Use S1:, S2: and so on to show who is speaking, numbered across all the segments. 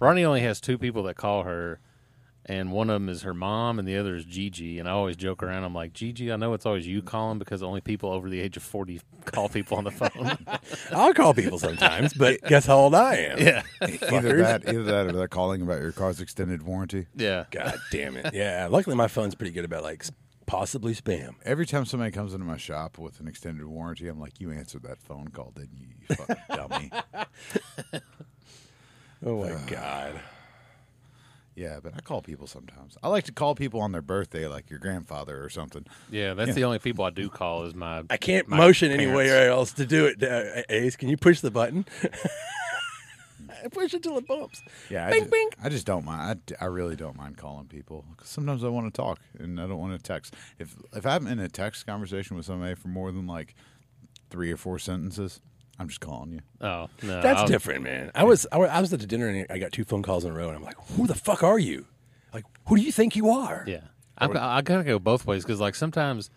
S1: Ronnie only has two people that call her, and one of them is her mom, and the other is Gigi. And I always joke around. I'm like, Gigi, I know it's always you calling because only people over the age of forty call people on the phone.
S2: I'll call people sometimes, but guess how old I am?
S1: yeah,
S3: Either that, either that, or they're calling about your car's extended warranty.
S1: yeah.
S2: God damn it. Yeah. Luckily, my phone's pretty good about like s- possibly spam.
S3: Every time somebody comes into my shop with an extended warranty, I'm like, "You answered that phone call, didn't you? You fucking dummy."
S2: Oh my God.
S3: Yeah, but I call people sometimes. I like to call people on their birthday, like your grandfather or something.
S1: Yeah, that's the only people I do call is my.
S2: I can't
S1: my
S2: motion
S1: parents.
S2: anywhere else to do it. Uh, Ace, can you push the button? push it till it bumps.
S3: Yeah, I,
S2: Bing,
S3: just,
S2: bing.
S3: I just don't mind. I d- I, really don't mind calling people 'cause sometimes I want to talk and I don't want to text. If if I'm in a text conversation with somebody for more than like three or four sentences, I'm just calling you.
S1: Oh no,
S2: That's
S1: I'll-
S2: different, man. I was, I was I was at the dinner and I got two phone calls in a row, and I'm like, "Who the fuck are you? Like, who do you think you are?"
S1: Yeah, I'm, I gotta go both ways because like sometimes,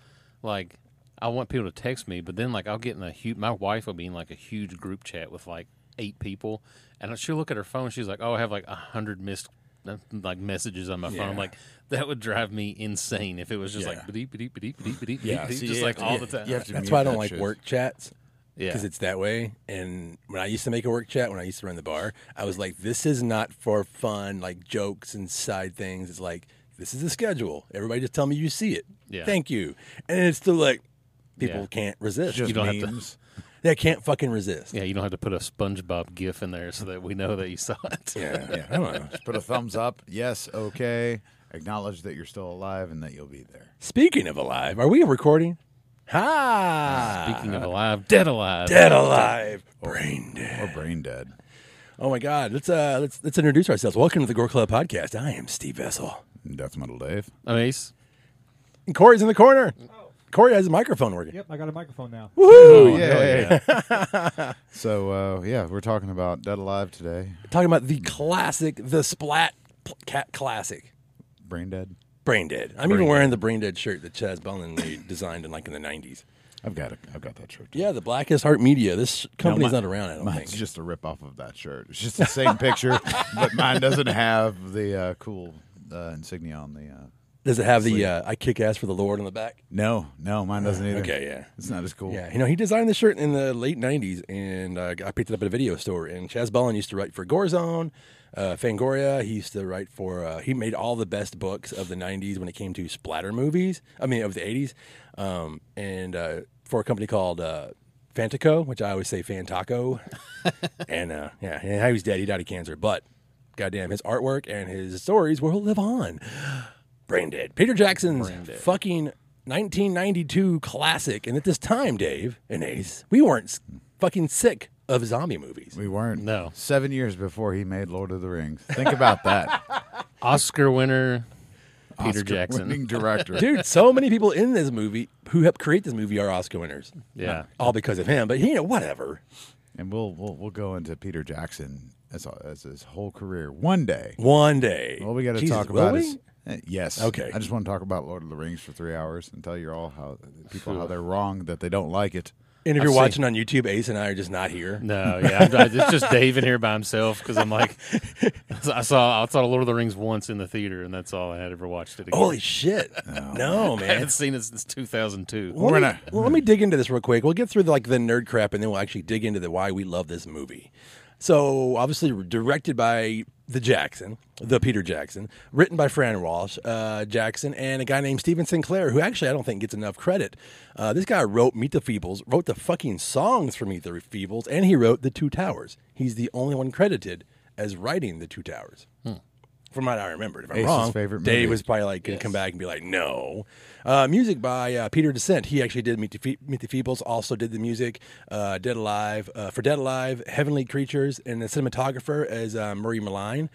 S1: like I want people to text me, but then like I'll get in a huge. My wife will be in like a huge group chat with like eight people, and she'll look at her phone. She's like, "Oh, I have like a hundred missed." uh, Like messages on my phone, I'm
S2: Yeah.
S1: like that would drive me insane if it was just
S2: Yeah.
S1: like bedeep, bedeep, bedeep, bedeep, bedeep,
S2: Yeah,
S1: bedeep,
S2: see,
S1: just
S2: you
S1: like
S2: have to-
S1: all the time.
S3: You have to
S2: That's
S3: mute
S2: why I don't
S3: that
S2: like
S3: shit.
S2: work chats.
S1: Yeah.
S2: Because it's that way. And when I used to make a work chat, when I used to run the bar, I was like, this is not for fun, like jokes and side things. It's like, this is the schedule. Everybody just tell me you see it.
S1: Yeah.
S2: Thank you. And it's still like, people
S1: Yeah.
S2: can't resist.
S3: Just
S1: You don't have to-
S3: memes.
S2: they can't fucking resist.
S1: Yeah, you don't have to put a SpongeBob gif in there so that we know that you saw it.
S2: Yeah. yeah. I don't know.
S3: Just put a thumbs up. Yes, okay. Acknowledge that you're still alive and that you'll be there.
S2: Speaking of alive, are we recording? Ha!
S1: Speaking of alive, dead alive.
S2: Uh, Dead alive. Brain dead.
S3: Or brain dead.
S2: Oh my God. Let's uh let's let's introduce ourselves. Welcome to the Gore Club Podcast. I am Steve Vessel.
S3: Death metal Dave.
S1: I mean, it's-
S2: And Corey's in the corner. Corey has a microphone working.
S4: Yep, I got a microphone now.
S3: Oh, yeah. so uh, yeah, we're talking about dead alive today.
S2: Talking about the classic, the Splat pl- Cat classic,
S3: Brain dead.
S2: Brain Dead. I'm even wearing the Brain Dead shirt that Chaz Bellin made- designed in like in the 90s.
S3: I've got it. I've got that shirt.
S2: Yeah, the Blackest Heart Media. This company's
S3: my-
S2: not around, I don't
S3: Mine's
S2: think.
S3: just a rip off of that shirt. It's just the same picture, but mine doesn't have the uh, cool uh, insignia on the. Uh...
S2: Does it have the uh, I kick ass for the Lord on the back?
S3: No, no, mine doesn't either.
S2: Uh, Okay, yeah.
S3: it's not as cool.
S2: Yeah, you know, he designed the shirt in the late 90s, and uh, I picked it up at a video store. And Chaz Bellin used to write for Gorzone, uh, Fangoria. He used to write for, uh, he made all the best books of the 90s when it came to splatter movies, I mean, of the 80s, um, and uh, for a company called uh, Fantaco, which I always say Fantaco. and uh, yeah, and how he's dead, he died of cancer. But goddamn, his artwork and his stories will live on. Brain Dead. Peter Jackson's fucking 1992 classic. And at this time, Dave and Ace, we weren't s- fucking sick of zombie movies.
S3: we weren't.
S1: No.
S3: seven years before he made Lord of the Rings. Think about that.
S1: Oscar winner Peter Jackson.
S3: winning director.
S2: Dude, so many people in this movie who helped create this movie are Oscar winners.
S1: Yeah.
S2: All because of him, but you know, whatever.
S3: And we'll we'll we'll go into Peter Jackson as as his whole career one day.
S2: One day.
S3: All we got to
S2: Jesus,
S3: talk
S2: will
S3: about
S2: we?
S3: is eh, yes.
S2: Okay.
S3: I just want to talk about Lord of the Rings for three hours and tell you all how people how they're wrong that they don't like it.
S2: And if
S1: I've
S2: you're
S1: seen-
S2: watching on YouTube, Ace and I are just not here.
S1: No, yeah, I'm, I- it's just Dave in here by himself because I'm like, I saw I saw Lord of the Rings once in the theater, and that's all I had ever watched it. Again.
S2: Holy shit. no,
S1: I
S2: man.
S1: haven't seen it since 2002.
S2: Well, let, me,
S3: gonna-
S2: well, let me dig into this real quick. We'll get through the, like the nerd crap, and then we'll actually dig into the why we love this movie. So, obviously, directed by the Jackson, the Peter Jackson, written by Fran Walsh uh, Jackson, and a guy named Steven Sinclair, who actually I don't think gets enough credit. Uh, this guy wrote Meet the Feebles, wrote the fucking songs for Meet the Feebles, and he wrote The Two Towers. He's the only one credited as writing The Two Towers. From what I remembered, if I'm
S3: Ace's
S2: wrong,
S3: favorite
S2: Dave
S3: movie.
S2: was probably like gonna come back and be like, no. Uh, music by uh, Peter Descent. He actually did Meet the, Fe- Meet the Feebles. Also did the music uh, Dead Alive uh, for Dead Alive, Heavenly Creatures, and the cinematographer as uh, Murray Malign,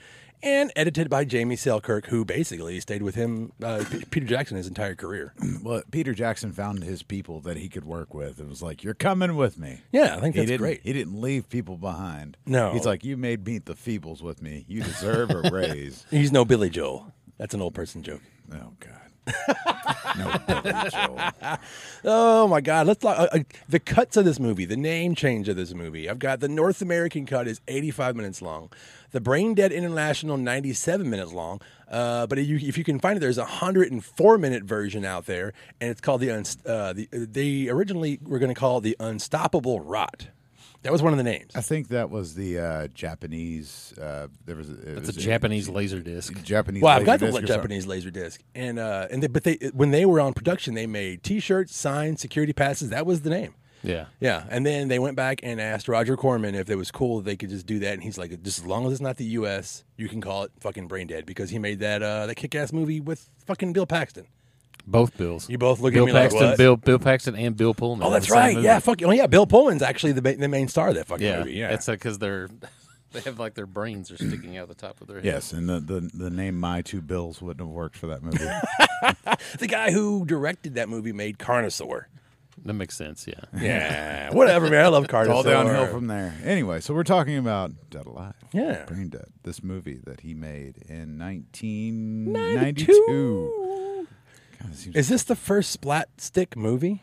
S2: and edited by Jamie Selkirk, who basically stayed with him, uh, P- Peter Jackson, his entire career.
S3: Well, Peter Jackson found his people that he could work with and was like, "You're coming with me."
S2: Yeah, I think
S3: He
S2: that's
S3: didn't,
S2: great.
S3: He didn't leave people behind.
S2: No.
S3: he's like, "You made Meet the Feebles with me. You deserve a raise."
S2: He's no Billy Joel. That's an old person joke.
S3: Oh God, No, Billy Joel.
S2: Oh my God! Let's talk, uh, uh, the cuts of this movie, the name change of this movie. I've got the North American cut is 85 minutes long, the Brain Dead International 97 minutes long. Uh, but if you, if you can find it, there's a 104 minute version out there, and it's called the, Unst- uh, the they originally were going to call it the Unstoppable Rot. That was one of the names.
S3: I think that was the uh, Japanese. Uh, there was it
S1: It's
S3: was
S1: a Japanese laser disc.
S3: Japanese.
S2: Well, I've got the
S3: laserdisc or something.
S2: Japanese laser disc, and uh, and they, but they when they were on production, they made T-shirts, signs, security passes. That was the name.
S1: Yeah.
S2: Yeah, and then they went back and asked Roger Corman if it was cool that they could just do that, and he's like, "Just as long as it's not the U.S., you can call it fucking Brain Dead," because he made that uh, that kick-ass movie with fucking Bill Paxton.
S1: Both Bills.
S2: You both look
S1: Bill
S2: at me
S1: Paxton,
S2: like, what?
S1: Bill, Bill Paxton, and Bill Pullman.
S2: oh,
S1: They're
S2: that's
S1: the same
S2: right.
S1: movie.
S2: Yeah, fuck. Oh, yeah. Bill Pullman's actually the, ba- the main star of that fucking
S1: yeah.
S2: movie. Yeah,
S1: It's because they're they have like their brains are sticking out the top of their head.
S3: Yes, and the, the the name "My Two Bills" wouldn't have worked for that movie.
S2: the guy who directed that movie made Carnosaur.
S1: that makes sense. Yeah,
S2: Yeah, whatever, man. I love Carnosaur.
S3: All downhill from there. Anyway, so we're talking about Dead Alive.
S2: Yeah.
S3: Brain Dead. This movie that he made in 1992. God, it seems
S2: Is this the first splat stick movie?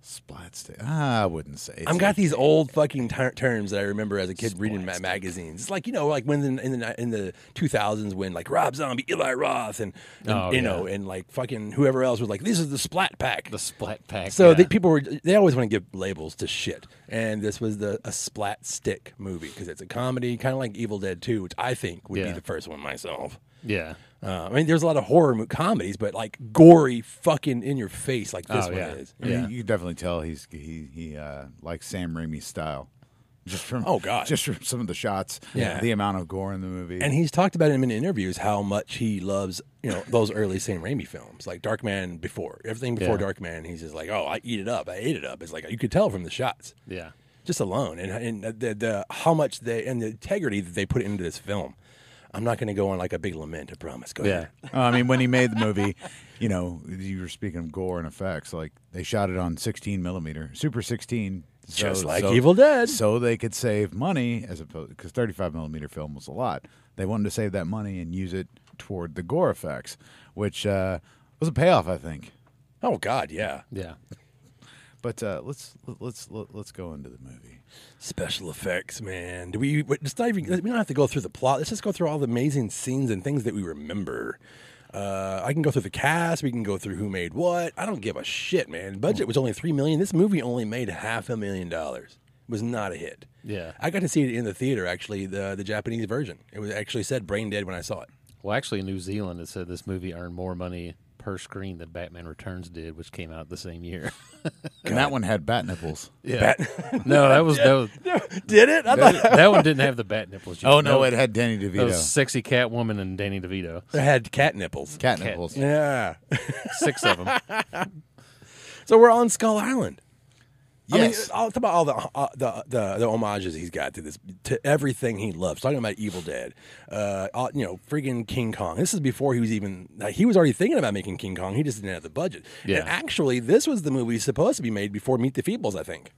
S3: splat stick. Ah, I wouldn't say.
S2: I've
S3: it's-
S2: got these old fucking ter- terms that I remember as a kid reading ma-
S3: Splastic.
S2: magazines. It's like you know, like when in, in the ni- in the two thousands when like Rob Zombie, Eli Roth, and, and,
S1: Oh,
S2: you
S1: yeah.
S2: know, and like fucking whoever else was like, this is the Splat Pack.
S1: the splat pack.
S2: so
S1: yeah.
S2: the people were they always want to give labels to shit, and this was the a Splat Stick movie because it's a comedy, kind of like Evil Dead Two, which I think would be
S1: Yeah.
S2: the first one myself.
S1: yeah,
S2: Uh, I mean, there's a lot of horror mo- comedies, but like gory, fucking in your face, like this
S1: Oh,
S2: one
S1: yeah.
S2: is.
S3: I mean,
S1: Yeah.
S3: You can definitely tell he's he he uh, likes Sam Raimi's style. Just from
S2: Oh, God.
S3: just from some of the shots.
S2: Yeah.
S3: the amount of gore in the movie.
S2: And he's talked about him in interviews how much he loves, you know, those early Sam Raimi films, like Dark Man before. Everything before
S1: Yeah.
S2: Dark Man, he's just like, oh, I eat it up. I ate it up. It's like, you could tell from the shots,
S1: yeah,
S2: just alone, and, and the, the how much they, and the integrity that they put into this film. I'm not going to go on like a big lament, I promise. Go
S1: yeah.
S2: ahead.
S3: Uh, I mean, when he made the movie, you know, you were speaking of gore and effects. Like they shot it on 16 millimeter, Super 16, so-
S2: Just like
S3: so-
S2: Evil Dead.
S3: so they could save money as opposed because 35 millimeter film was a lot. They wanted to save that money and use it toward the gore effects, which uh, was a payoff, I think.
S2: Oh, God, yeah.
S1: Yeah.
S3: But uh, let's let's let's go into the movie.
S2: Special effects, man. Do we? It's not even. We don't have to go through the plot. Let's just go through all the amazing scenes and things that we remember. Uh, I can go through the cast. We can go through who made what. I don't give a shit, man. Budget was only three million. This movie only made half a million dollars. It was not a hit.
S1: Yeah.
S2: I got to see it in the theater. Actually, the the Japanese version. It was actually said "brain dead" when I saw it.
S1: Well, actually, in New Zealand, it said this movie earned more money per screen than Batman Returns did, which came out the same year.
S3: And that one had bat nipples.
S1: yeah. no, that was that was,
S2: Did it? I thought
S1: that one didn't have the bat nipples. you
S3: Oh
S1: know.
S3: no, it had Danny
S1: That
S3: DeVito.
S1: was sexy cat woman and Danny DeVito.
S2: it had cat nipples.
S3: Cat nipples.
S2: Yeah.
S1: Six of them.
S2: So we're on Skull Island.
S3: Yes.
S2: I mean, all, about all the, uh, the the the homages he's got to this to everything he loves. Talking about Evil Dead, uh, all, you know, freaking King Kong. This is before he was even like, he was already thinking about making King Kong. He just didn't have the budget.
S1: Yeah.
S2: And actually, this was the movie supposed to be made before Meet the Feebles. I think.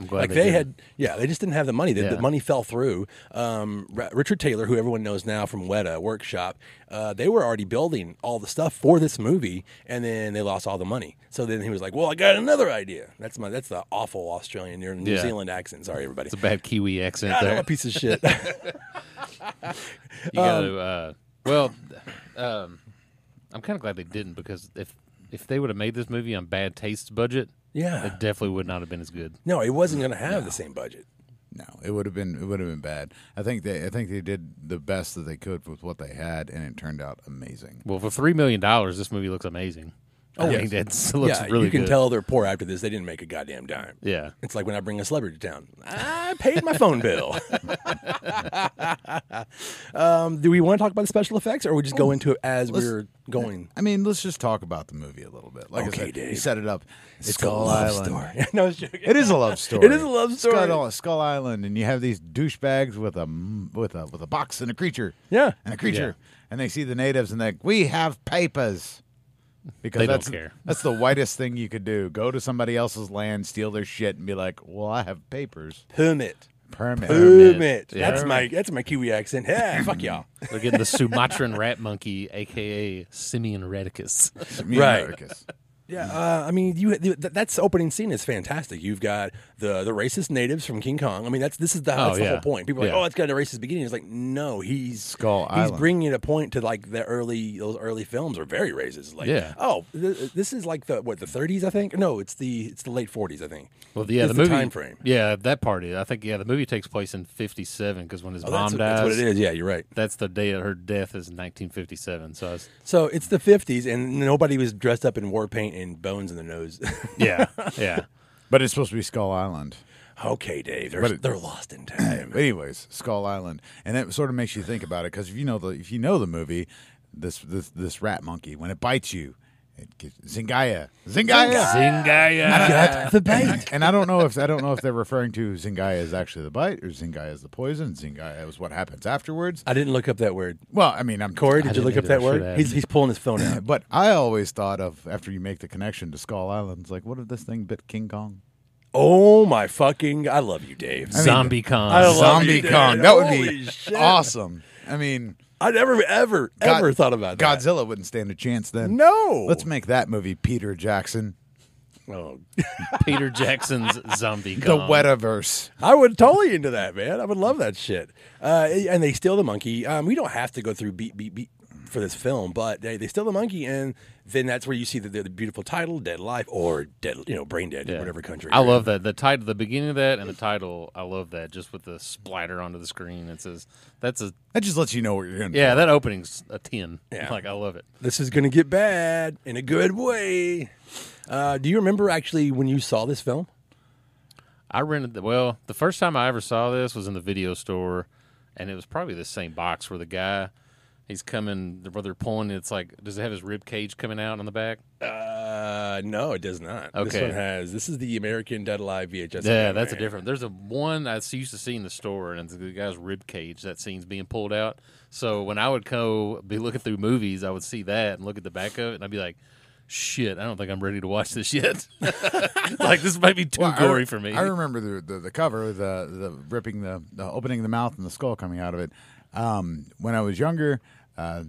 S1: I'm glad
S2: Like
S1: they,
S2: they,
S1: did it.
S2: had, yeah, they just didn't have the money. The, the
S1: Yeah.
S2: money fell through. Um, Ra- Richard Taylor, who everyone knows now from Weta Workshop, uh, they were already building all the stuff for this movie, and then they lost all the money. So then he was like, "Well, I got another idea." That's my that's the awful Australian or New
S1: Yeah.
S2: Zealand accent. Sorry, everybody.
S1: It's a bad Kiwi accent
S2: God, I'm
S1: there.
S2: a piece of shit.
S1: You got to. Uh, well, um, I'm kind of glad they didn't because if if they would have made this movie on Bad Taste's budget,
S2: Yeah.
S1: it definitely would not have been as good.
S2: no, it wasn't going to have the same budget.
S3: No, it would have been it would have been bad. I think they I think they did the best that they could with what they had, and it turned out amazing.
S1: Well, for three million dollars, this movie looks amazing. Oh, I think that's- it looks
S2: yeah,
S1: really
S2: you can
S1: good.
S2: tell they're poor after this. They didn't make a goddamn dime.
S1: Yeah,
S2: It's like when I bring a celebrity to town. I paid my phone bill. um, do we want to talk about the special effects, or we just
S3: Oh,
S2: go into it as we're going?
S3: I mean, let's just talk about the movie a little bit. Like
S2: Okay,
S3: I said, you
S2: Dave.
S3: set it up. It's
S2: a
S3: Skull
S2: love
S3: Island.
S2: story. no, I was joking.
S3: It is a love story.
S2: It is a love story.
S3: Skull, Skull Island, and you have these douchebags with a m- with a with a box and a creature.
S2: Yeah.
S3: and a creature, and they see the natives and they're like, "We have papers." Because
S1: They don't
S3: that's
S1: care.
S3: that's the whitest thing you could do. Go to somebody else's land, steal their shit, and be like, "Well, I have papers."
S2: Permit.
S3: Permit.
S2: Permit.
S1: Yeah.
S2: That's my that's my Kiwi accent. Yeah, fuck y'all.
S1: They're getting the Sumatran rat monkey, aka Simeon Redicus.
S3: Me and
S2: Right.
S3: Marcus.
S2: Yeah, uh, I mean, you th- that's opening scene is fantastic. You've got the the racist natives from King Kong. I mean, that's this is the, that's the
S1: yeah.
S2: whole point. People are
S1: Yeah.
S2: like, oh, it's got a racist beginning. It's like, no, he's
S3: Skull
S2: he's
S3: Island.
S2: bringing a point to like the early those early films are very racist. Like,
S1: Yeah.
S2: oh, th- this is like the what the 30s, I think. No, it's the it's the late 40s, I think.
S1: Well, yeah,
S2: It's
S1: the
S2: the
S1: movie
S2: time frame.
S1: Yeah, that part is. I think yeah, the movie takes place in '57 because when his
S2: Oh,
S1: mom
S2: that's, what-
S1: dies,
S2: that's what it is. Yeah, you're right.
S1: that's the day of her death is 1957. So I was,
S2: So it's the 50s, and nobody was dressed up in war paint and bones in the nose.
S1: yeah, yeah.
S3: But it's supposed to be Skull Island.
S2: okay, Dave, they're
S3: But it-
S2: they're lost in time.
S3: But anyways, Skull Island, and that sort of makes you think about it because if you know the if you know the movie, this this this rat monkey when it bites you, it gets Zingaya, Zingaya,
S1: Zingaya.
S2: Got the bait.
S3: and I don't know if I don't know if they're referring to Zingaya is actually the bite or Zingaya is the poison. Zingaya is what happens afterwards.
S2: I didn't look up that word.
S3: Well, I mean, I'm
S2: Corey, did you
S1: didn't
S2: look up
S1: either.
S2: that
S1: I should
S2: word?
S1: have.
S2: He's, he's pulling his phone out.
S3: But I always thought of after you make the connection to Skull Island, it's like, what if this thing bit King Kong?
S2: Oh my fucking! I love you, Dave.
S1: Zombie
S2: I
S1: con.
S2: love-
S3: Zombie
S2: you, dude.
S3: Kong. That would
S2: Holy
S3: be
S2: shit.
S3: awesome. I mean,
S2: I never, ever,
S3: God-
S2: ever thought about that.
S3: Godzilla wouldn't stand a chance then.
S2: No.
S3: Let's make that movie Peter Jackson.
S2: Oh,
S1: Peter Jackson's Zombie
S3: The
S1: con.
S3: Wetaverse.
S2: I would totally into that, man. I would love that shit. Uh, and they steal the monkey. Um, we don't have to go through beat, beat, beat for this film, but they, they steal the monkey, and then that's where you see the, the beautiful title, "Dead Alive" or "Dead," you know, "Brain Dead"
S1: Yeah.
S2: in whatever country.
S1: I
S2: you're in.
S1: love that the title, the beginning of that, and the title. I love that just with the splatter onto the screen. It says that's a
S3: That just lets you know what you're in.
S1: yeah. That opening's a ten.
S2: Yeah.
S1: Like I love it.
S2: This is gonna get bad in a good way. Uh, do you remember actually when you saw this film?
S1: I rented the well, the first time I ever saw this was in the video store and it was probably the same box where the guy he's coming where they're pulling it's like does it have his rib cage coming out on the back?
S2: Uh, no, it does not. This
S1: Okay.
S2: one has. This is the American Dead Alive VHS.
S1: yeah,
S2: American
S1: that's a
S2: Man.
S1: different there's a one I s- used to see in the store and it's the guy's rib cage, that scene's being pulled out. So when I would go be looking through movies, I would see that and look at the back of it and I'd be like Shit, I don't think I'm ready to watch this yet. like this might be too
S3: Well, I-
S1: gory for me.
S3: I remember the, the, the cover, the the ripping the, the opening of the mouth and the skull coming out of it. Um, when I was younger, uh,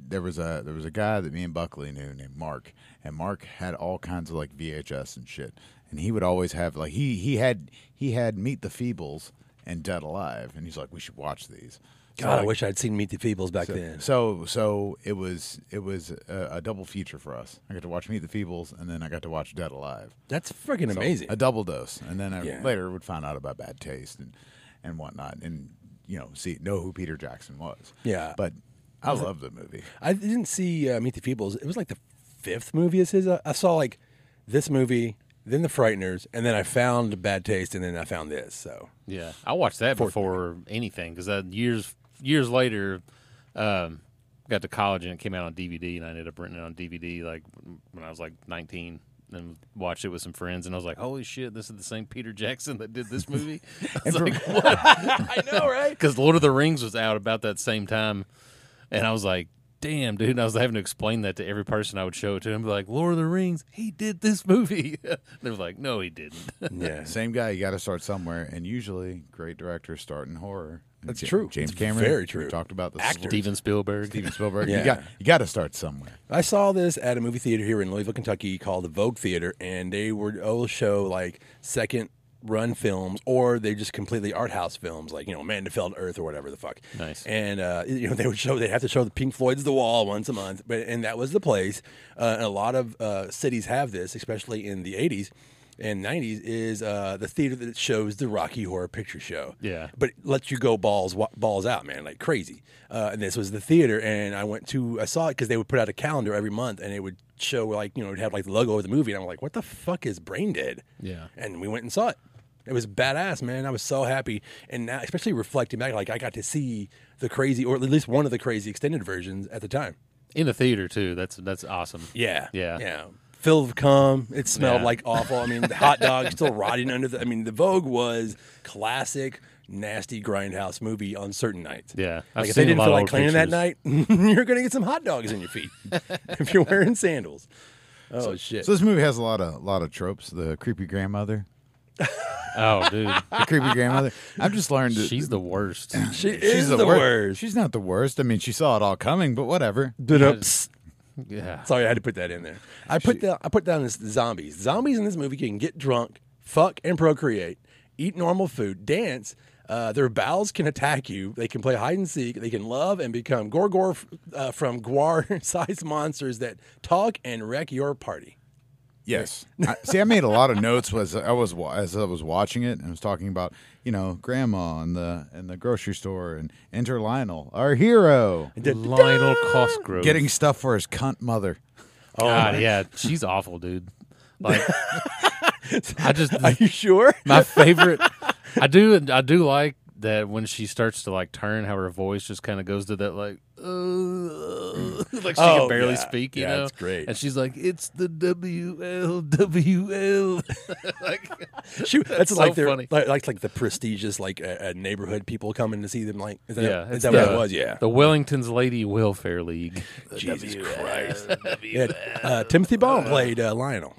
S3: there was a there was a guy that me and Buckley knew named Mark, and Mark had all kinds of like VHS and shit, and he would always have like he he had he had Meet the Feebles and Dead Alive, and he's like, we should watch these.
S2: God, I wish I'd seen Meet the Feebles back then.
S3: So so it was it was a, a double feature for us. I got to watch Meet the Feebles, and then I got to watch Dead Alive.
S2: That's freaking
S3: So,
S2: amazing.
S3: A double dose, and then I
S2: Yeah.
S3: later would find out about bad taste and and whatnot, and you know, see know who Peter Jackson was.
S2: Yeah.
S3: but I love the movie.
S2: I didn't see uh, Meet the Feebles. It was like the fifth movie of his. I I saw like this movie, then The Frighteners, and then I found Bad Taste, and then I found this. So
S1: Yeah, I watched that before anything because years years later, um, got to college and it came out on DVD, and I ended up renting it on DVD like when I was like nineteen and watched it with some friends, and I was like, "Holy shit, this is the same Peter Jackson that did this movie." I was like,
S2: I know, right?
S1: because Lord of the Rings was out about that same time, and I was like, "Damn, dude!" And I was having to explain that to every person I would show it to, and be like, "Lord of the Rings, he did this movie." they were like, "No, he didn't."
S2: yeah,
S3: Same guy, you got to start somewhere, and usually great directors start in horror.
S2: That's true.
S3: James
S2: It's
S3: Cameron,
S2: very
S3: we
S2: true.
S3: talked about this.
S2: Actor.
S1: Steven Spielberg.
S3: Steven Spielberg.
S2: Yeah.
S3: You got you got to start somewhere.
S2: I saw this at a movie theater here in Louisville, Kentucky called the Vogue Theater, and they would always show like second run films or they just completely art house films like you know man to fell to earth or whatever the fuck
S1: Nice.
S2: and uh you know they would show they'd have to show the pink floyd's the wall once a month but and that was the place uh, and a lot of uh cities have this especially in the 80s and 90s is uh the theater that shows the rocky horror picture show
S1: Yeah.
S2: but it lets you go balls wa- balls out, man, like crazy. Uh, and this was the theater, and I went to I saw it because they would put out a calendar every month, and it would show like you know it'd have like the logo of the movie, and I'm like, what the fuck is Brain Dead?
S1: Yeah.
S2: and we went and saw it. It was badass, man. I was so happy, and now especially reflecting back, like I got to see the crazy, or at least one of the crazy extended versions at the time.
S1: in the theater too. That's that's awesome.
S2: Yeah.
S1: Yeah.
S2: Yeah. Filled with cum. It smelled
S1: Yeah.
S2: like awful. I mean, the hot dog still rotting under the. I mean, the Vogue was classic, nasty grindhouse movie on certain nights.
S1: Yeah. I've
S2: Like if
S1: seen
S2: they
S1: a
S2: didn't
S1: lot
S2: feel
S1: of
S2: like
S1: old
S2: cleaning that night, you're going to get some hot dogs in your feet if you're wearing sandals. Oh, shit.
S3: So this movie has a lot of lot of tropes. The creepy grandmother.
S1: Oh, dude,
S3: The creepy grandmother. I've just learned that
S1: she's the worst.
S2: She
S3: she's
S2: is the,
S3: wor-
S2: worst.
S3: She's not the worst. I mean, she saw it all coming, but whatever.
S2: Did
S1: Yeah,
S2: Sorry, I had to put that in there. I put that I put down as zombies. Zombies in this movie can get drunk, fuck and procreate, eat normal food, dance. Uh, their bowels can attack you. They can play hide and seek. They can love and become gorgor f- uh, from guar-sized monsters that talk and wreck your party.
S3: Yes. I, see, I made a lot of notes as I was wa- as I was watching it, and I was talking about you know grandma and the and the grocery store and enter Lionel, our hero,
S1: Lionel Cosgrove.
S3: getting stuff for his cunt mother.
S1: oh, God, yeah, she's awful, dude. Like, I just
S2: Are you sure?
S1: my favorite. I do. I do like that when she starts to like turn, how her voice just kind of goes to that like, uh, like she
S2: Oh,
S1: can barely
S2: yeah.
S1: speak. You
S2: Yeah,
S1: know,
S2: it's great.
S1: And she's like, "It's the WLWL." like,
S2: She, that's,
S1: so
S2: like their
S1: funny.
S2: like, like like the prestigious like uh, uh, neighborhood people coming to see them. Like is that,
S1: yeah,
S2: is
S1: it's
S2: that
S1: the,
S2: what it was? Yeah.
S1: the Wellington's Lady Welfare League.
S2: Jesus Christ. Yeah, uh, Timothy Baum played uh, Lionel.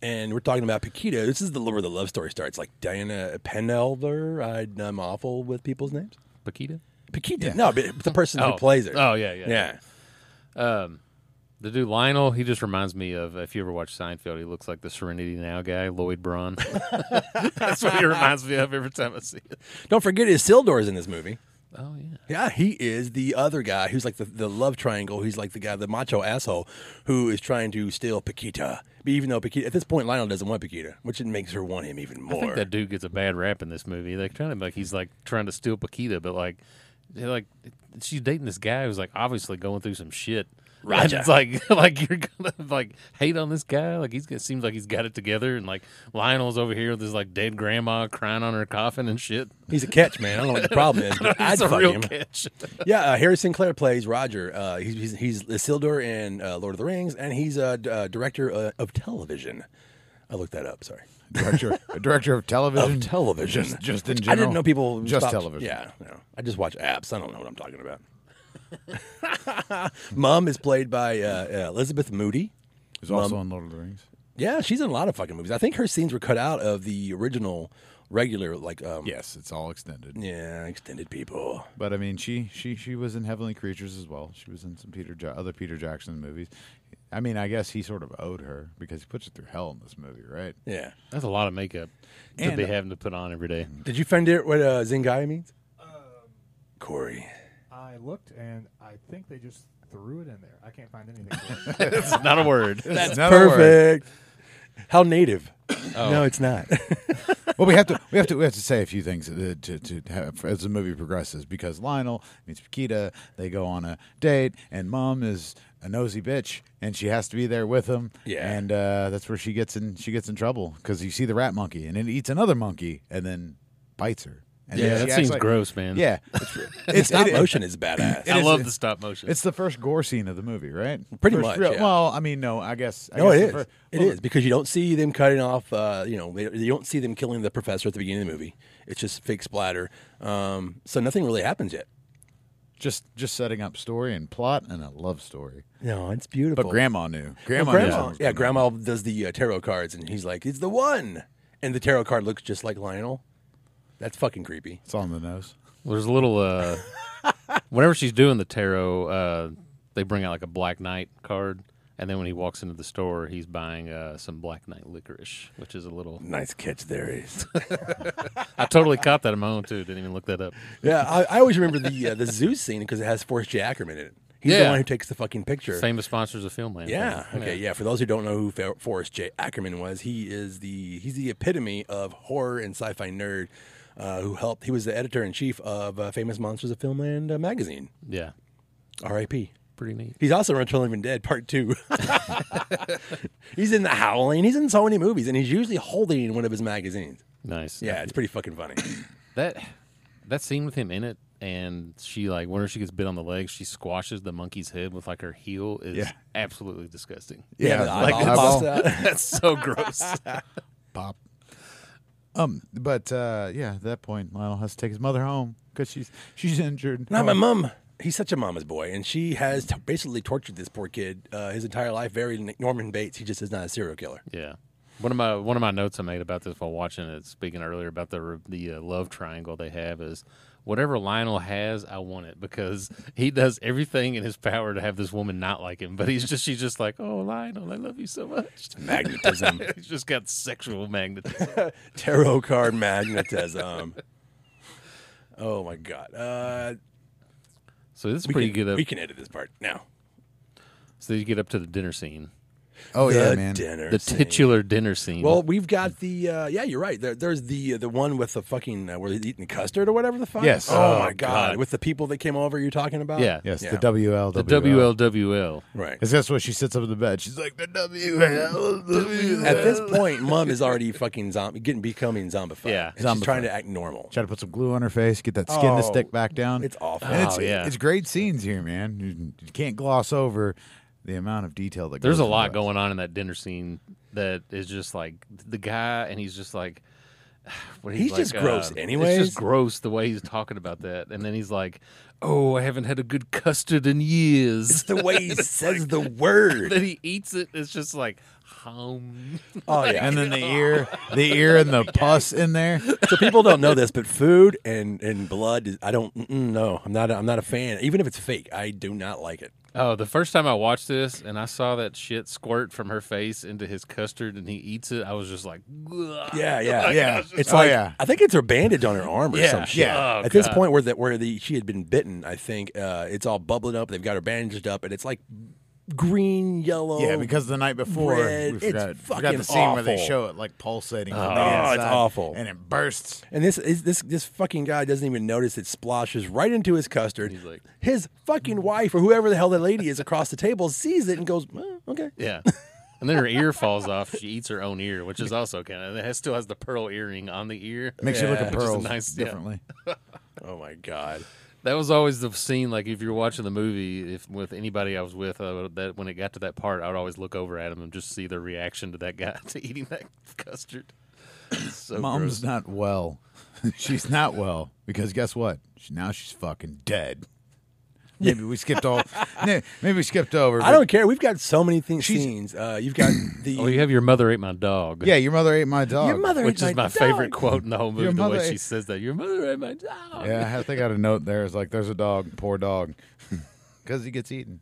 S2: And we're talking about Paquito. This is the where the love story starts. Like Diana Penelder. I, I'm awful with people's names.
S1: Paquita.
S2: Paquito. No, but the person who plays her.
S1: Oh yeah, yeah,
S2: yeah.
S1: The dude Lionel, he just reminds me of if you ever watch Seinfeld, he looks like the Serenity Now guy, Lloyd Braun. That's what he reminds me of every time I see it.
S2: Don't forget Isildur's in this movie.
S1: Oh yeah.
S2: Yeah, he is the other guy who's like the, the love triangle. He's like the guy, the macho asshole who is trying to steal Paquita. But even though Paquita, at this point, Lionel doesn't want Paquita, which it makes her want him even more.
S1: I think that dude gets a bad rap in this movie. They're trying to like he's like trying to steal Paquita, but like they're like she's dating this guy who's like obviously going through some shit. Right.
S2: Roger.
S1: It's like like you're gonna like hate on this guy. Like he's gonna seems like he's got it together and like Lionel's over here with his like dead grandma crying on her coffin and shit.
S2: He's a catch, man. I don't know what the problem is. But I'd
S1: It's a
S2: fuck
S1: real
S2: him.
S1: catch.
S2: Yeah, uh, Harry Sinclair plays Roger. Uh, he's, he's he's Isildur in uh, Lord of the Rings, and he's a d- uh, director uh, of television. I looked that up. Sorry,
S3: Director, director of television.
S2: of television.
S3: Just, just in
S2: I
S3: general.
S2: didn't know people
S3: Just
S2: stopped-
S3: television.
S2: Yeah, no. I just watch apps. I don't know what I'm talking about. Mom is played by uh, uh, Elizabeth Moody.
S3: He's also
S2: Um,
S3: on Lord of the Rings.
S2: Yeah, she's in a lot of fucking movies. I think her scenes were cut out of the original regular, like um,
S3: Yes, it's all extended.
S2: yeah, extended people.
S3: But I mean, she she she was in Heavenly Creatures as well. She was in some Peter ja- other Peter Jackson movies. I mean, I guess he sort of owed her because he puts her through hell in this movie, right?
S2: Yeah.
S1: That's a lot of makeup to
S3: And- uh,
S1: be having to put on every day.
S2: Did you find out what uh, Zingaya means? Corey.
S4: I looked and I think they just threw it in there. I can't find anything. For it.
S1: It's not a word.
S3: That's
S2: Perfect. How native? No, it's not.
S3: well, we have to we have to we have to say a few things uh, to to have as the movie progresses because Lionel meets Paquita. They go on a date, and Mom is a nosy bitch, and she has to be there with him.
S2: Yeah.
S3: and uh, that's where she gets in she gets in trouble because you see the rat monkey, and it eats another monkey, and then bites her. And
S1: Yeah,
S3: then she
S1: that
S3: acts
S1: seems
S3: like-
S1: gross, man.
S3: Yeah, it's,
S2: The
S3: it's-
S2: stop
S3: it-
S2: motion is badass.
S1: I
S3: is-
S1: love the stop motion.
S3: It's the first gore scene of the movie, right?
S2: Pretty
S3: First
S2: much,
S3: real-
S2: yeah.
S3: Well, I mean, no, I guess. I
S2: no, it
S3: guess
S2: is.
S3: the fir-
S2: It
S3: well,
S2: is because you don't see them cutting off. Uh, you know, they, you don't see them killing the professor at the beginning of the movie. It's just fake splatter. Um, so nothing really happens yet.
S3: Just just setting up story and plot and a love story.
S2: No, it's
S3: But
S2: beautiful.
S3: Grandma knew.
S2: Well,
S3: Grandma, knew.
S2: grandma,
S3: something was
S2: yeah,
S3: going on.
S2: grandma does the uh, tarot cards, and he's like, "It's the one," and the tarot card looks just like Lionel. That's fucking creepy.
S3: It's on the nose.
S1: There's a little uh whenever she's doing the tarot, uh they bring out like a black knight card and then when he walks into the store he's buying uh some black knight licorice, which is a little
S2: Nice catch there is.
S1: I totally caught that on my own too, didn't even look that up.
S2: yeah, I, I always remember the uh, the zoo scene because it has Forrest J. Ackerman in it. He's the
S1: Yeah.
S2: one who takes the fucking picture.
S1: Famous sponsors of Filmland.
S2: Yeah. Okay. Yeah. For those who don't know who Fer- Forrest J. Ackerman was, he is the he's the epitome of horror and sci-fi nerd. Uh, who helped? He was the editor in chief of uh, Famous Monsters of Filmland uh, magazine.
S1: Yeah.
S2: R.I.P.
S1: Pretty neat.
S2: He's also in Return of the Living Dead Part Two. he's in The Howling. He's in so many movies, and he's usually holding one of his magazines.
S1: Nice.
S2: Yeah, it's pretty fucking funny.
S1: That that scene with him in it and she like whenever she gets bit on the leg, she squashes the monkey's head with like her heel is
S3: Yeah.
S1: absolutely disgusting.
S2: Yeah, the eyeball pops out.
S1: That's so gross.
S3: pop. Um, but uh, yeah, at that point, Lionel has to take his mother home because she's she's injured.
S2: Not my mom. He's such a mama's boy, and she has t- basically tortured this poor kid uh, his entire life. Very N- Norman Bates. He just is not a serial killer.
S1: yeah. One of my one of my notes I made about this while watching it, speaking earlier about the the uh, love triangle they have is whatever Lionel has, I want it because he does everything in his power to have this woman not like him, but he's just she's just like, oh Lionel, I love you so much.
S2: Magnetism.
S1: he's just got sexual magnetism.
S2: Tarot card magnetism. oh my god. Uh,
S1: So this is
S2: we
S1: pretty
S2: can,
S1: good. uh, Up,
S2: We can edit this part now.
S1: so you get up to the dinner scene,
S3: Oh yeah,
S2: The
S3: man.
S2: Dinner
S1: the
S2: scene.
S1: titular dinner scene.
S2: Well, we've got the uh, yeah. You're right. There, there's the uh, the one with the fucking uh, where he's eating custard or whatever the fuck.
S3: Yes.
S2: Oh,
S3: Oh,
S2: my god.
S1: God.
S2: With the people that came over, you're talking about.
S1: Yeah.
S3: Yes,
S2: Yeah.
S3: the WL.
S1: the WLWL.
S2: Right.
S3: Because that's what she sits up in the bed. She's like the WL.
S2: At this point, mum is already fucking zombie, getting becoming zombified.
S1: Yeah.
S2: And she's trying to act normal.
S3: Try to put some glue on her face, get that skin to
S2: Oh,
S3: stick back down.
S2: It's awful.
S3: And it's,
S1: Oh, yeah.
S3: it's great scenes here, man. You, you can't gloss over the amount of detail that
S1: There's
S3: goes
S1: a
S3: into
S1: lot
S3: that.
S1: going on in that dinner scene that is just like the guy, and he's just like, what
S2: He's just
S1: like, uh,
S2: gross
S1: It's
S2: anyways.
S1: just gross the way he's talking about that, and then he's like, "Oh, I haven't had a good custard in years."
S2: It's the way he says the word.
S1: then he eats it. It's just like, hum.
S2: Oh yeah.
S3: And then the ear, the ear, and the pus in there.
S2: so people don't know this, but food and and blood. Is, I don't mm-mm, no. I'm not. A, I'm not a fan. Even if it's fake, I do not like it.
S1: Oh, the first time I watched this and I saw that shit squirt from her face into his custard, and he eats it, I was just like, "Ugh."
S2: Yeah, yeah,
S3: Yeah.
S2: It's
S3: Oh,
S2: like
S3: yeah.
S2: I think it's her bandage on her arm or
S1: Yeah,
S2: some shit.
S1: yeah. Oh,
S2: At this
S1: God.
S2: point, where that where the she had been bitten, I think uh, it's all bubbling up. They've got her bandaged up, and it's like green, yellow.
S1: Oh,
S3: Yeah, because the night before
S2: Red.
S3: we
S2: It's
S3: forgot, forgot
S2: fucking
S3: the scene where they
S2: awful.
S3: show it like pulsating. from the
S2: Oh, it's
S3: inside,
S2: awful.
S3: and it bursts.
S2: and this is this this fucking guy doesn't even notice it splashes right into his custard.
S1: He's like-
S2: his fucking wife or whoever the hell that lady is across the table sees it and goes, "Oh, okay.
S1: Yeah. And then her ear falls off. She eats her own ear, which is also kind of. It has, still has the pearl earring on the ear.
S3: Makes you look at
S1: which is
S3: pearls
S1: nice- yeah.
S3: differently.
S2: Oh my god.
S1: That was always the scene. Like if you're watching the movie, if with anybody I was with, uh, that when it got to that part, I would always look over at them and just see their reaction to that guy to eating that custard. So
S3: Mom's
S1: gross.
S3: not well. she's not well because guess what? She, now she's fucking dead. Maybe we skipped all. no, Maybe we skipped over.
S2: I
S3: but-
S2: don't care. We've got so many things.
S3: She's-
S2: Scenes. Uh, you've got the
S1: Oh, you have your mother ate my dog.
S3: Yeah, your mother ate my dog.
S2: your mother,
S1: which
S2: ate
S1: is my
S2: dog.
S1: favorite quote in the whole
S3: Your
S1: movie. The
S3: mother
S1: way
S3: ate-
S1: she says that, "Your mother ate my dog."
S3: Yeah, I think I had a note there. It's like, there's a dog, poor dog, because he gets eaten,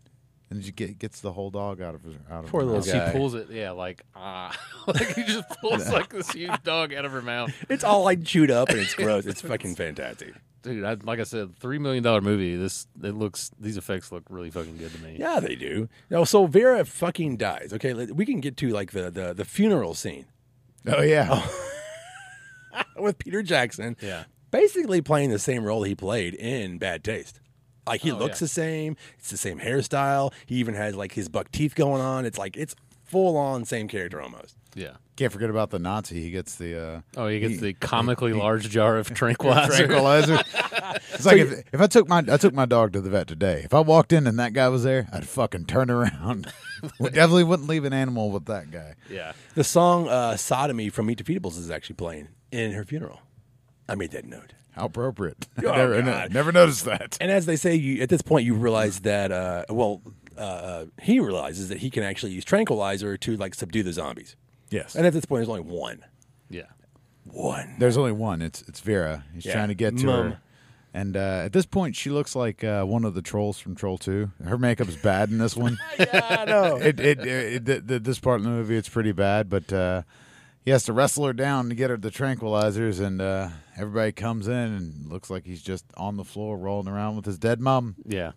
S3: and she get, gets the whole dog out of his out of
S2: Poor
S3: her
S2: little
S3: mouth.
S1: She
S2: guy.
S1: pulls it, yeah, like ah, like he just pulls like this huge dog out of her mouth.
S2: It's all like chewed up and it's gross. It's fucking fantastic.
S1: Dude, I, like I said, three million dollar movie. This it looks. These effects look really fucking good to me.
S2: Yeah, they do. No, so Vera fucking dies. Okay, let- we can get to like the the, the funeral scene
S3: Oh yeah,
S2: with Peter Jackson.
S1: Yeah.
S2: basically playing the same role he played in Bad Taste. Like he
S1: Oh,
S2: looks
S1: yeah.
S2: the same. It's the same hairstyle. He even has like his buck teeth going on. It's like it's full on same character almost.
S1: yeah.
S3: can't forget about the Nazi. He gets the uh,
S1: Oh, he gets the comically large jar of tranquilizer.
S3: tranquilizer. it's like if, if I took my I took my dog to the vet today. If I walked in and that guy was there, I'd fucking turn around. we definitely wouldn't leave an animal with that guy.
S1: yeah.
S2: The song uh, "Sodomy" from Meet the Feetables is actually playing in her funeral. I made that note.
S3: How appropriate.
S2: Oh,
S3: never,
S2: God.
S3: never noticed that.
S2: And as they say, you, at this point, you realize that, uh, well, uh, he realizes that he can actually use tranquilizer to like subdue the zombies.
S3: Yes.
S2: And at this point, there's only one.
S1: Yeah.
S2: One.
S3: There's only one. It's it's Vera. He's
S2: Yeah.
S3: trying to get to
S2: Mum.
S3: her. And uh, at this point, she looks like uh, one of the trolls from Troll Two. Her makeup's bad in this one.
S2: I know.
S3: it, it, it, th- th- this part in the movie, it's pretty bad. But uh, he has to wrestle her down to get her the tranquilizers, and uh, everybody comes in and looks like he's just on the floor rolling around with his dead mom.
S1: Yeah.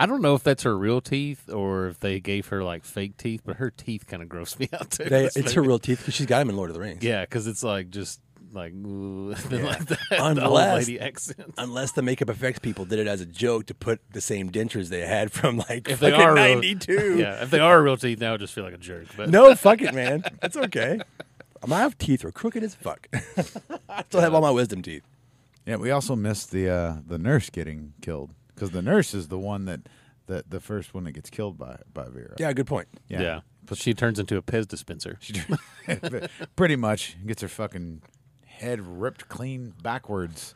S1: I don't know if that's her real teeth or if they gave her like fake teeth, but her teeth kind of gross me out too.
S2: They, it's her real teeth because she's got him in Lord of the Rings.
S1: yeah, because it's like just like, ooh, like that, the old
S2: Unless-
S1: lady accent.
S2: Unless the makeup effects people did it as a joke to put the same dentures they had from like
S1: If they
S2: fucking
S1: are real-
S2: 92.
S1: Yeah, if they are real teeth, now I just feel like a jerk. But
S2: No, fuck it, man. That's okay. My teeth are crooked as fuck. I still have all my wisdom teeth.
S3: Yeah, we also missed the uh, the nurse getting killed because the nurse is the one that, that the first one that gets killed by by Vera.
S2: Yeah, good point.
S1: yeah. But she turns into a Pez dispenser.
S3: pretty much gets her fucking head ripped clean backwards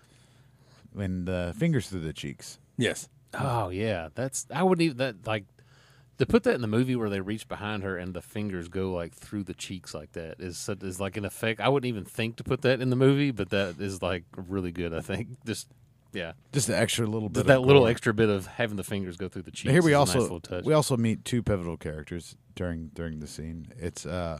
S3: and uh, fingers through the cheeks.
S2: Yes.
S1: Oh yeah, that's I wouldn't even that like. They put that in the movie where they reach behind her and the fingers go like through the cheeks like that is so- is like an effect. I wouldn't even think to put that in the movie, but that is like really good. I think just yeah,
S3: Just the extra little bit.
S1: just that
S3: of
S1: little
S3: gore.
S1: extra bit of having the fingers go through the cheeks.
S3: Here
S1: is
S3: we
S1: a nice
S3: also
S1: little touch.
S3: we also meet two pivotal characters during during the scene. It's uh,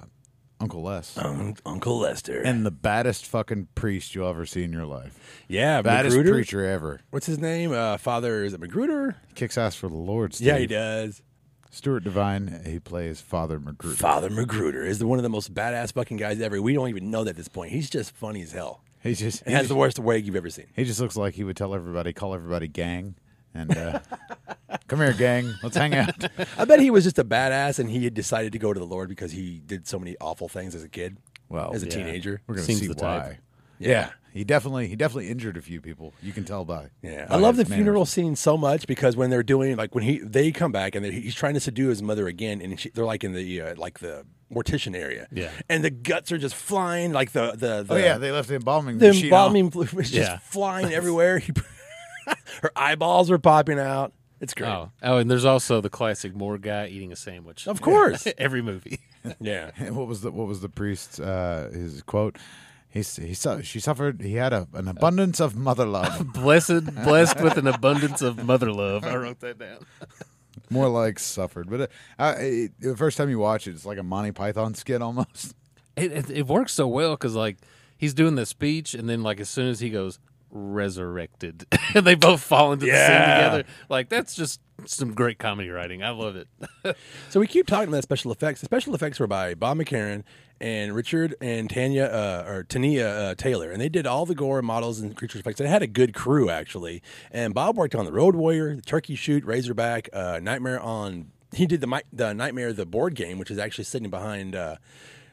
S3: Uncle Les
S2: Um, Uncle Lester.
S3: and the baddest fucking priest you'll ever see in your life.
S2: yeah,
S3: Baddest
S2: Magruder.
S3: preacher ever.
S2: What's his name? Uh, Father is it Magruder?
S3: Kicks ass for the Lord. Steve.
S2: Yeah, he does.
S3: Stuart Devine. He plays Father Magruder.
S2: Father Magruder is the, one of the most badass fucking guys ever. We don't even know that at this point. He's just funny as hell.
S3: He's just
S2: And has the worst wig you've ever seen.
S3: He just looks like he would tell everybody, call everybody gang, and uh, come here, gang, let's hang out.
S2: I bet he was just a badass, and he had decided to go to the Lord because he did so many awful things as a kid.
S3: Well,
S2: as a
S3: yeah.
S2: teenager.
S3: We're gonna
S1: Seems
S3: see
S1: the
S3: why.
S1: type.
S2: Yeah.
S3: He definitely he definitely injured a few people. You can tell by.
S2: Yeah,
S3: by
S2: I love the
S3: his manners.
S2: funeral scene so much because when they're doing like when he they come back and they- he's trying to subdue his mother again, and she, they're like in the uh, like the mortician area,
S1: Yeah.
S2: and the guts are just flying like the the, the
S3: Oh yeah, they left the embalming
S2: the
S3: machine. on.
S2: embalming fluid was just
S1: Yeah.
S2: flying everywhere. He- her eyeballs were popping out. It's great.
S1: Oh, oh, and there's also the classic Moore guy eating a sandwich.
S2: Of course.
S1: every movie.
S2: yeah.
S3: What was the what was the priest's uh, his quote? He s- he su- she suffered. He had a, an abundance of mother love,
S1: blessed, blessed with an abundance of mother love. I wrote that down.
S3: more like suffered. But uh, uh, it, the first time you watch it, it's like a Monty Python skit almost.
S1: It it, it works so well because like he's doing the speech, and then like as soon as he goes resurrected, and they both fall into
S2: Yeah.
S1: the scene together. Like that's just some great comedy writing. I love it.
S2: So we keep talking about special effects. The special effects were by Bob McCarran and Richard and Tanya uh, or Tania uh, Taylor, and they did all the gore models and creature effects. They had a good crew actually. And Bob worked on the Road Warrior, the Turkey Shoot, Razorback, uh, Nightmare on. He did the mi- the Nightmare the board game, which is actually sitting behind uh,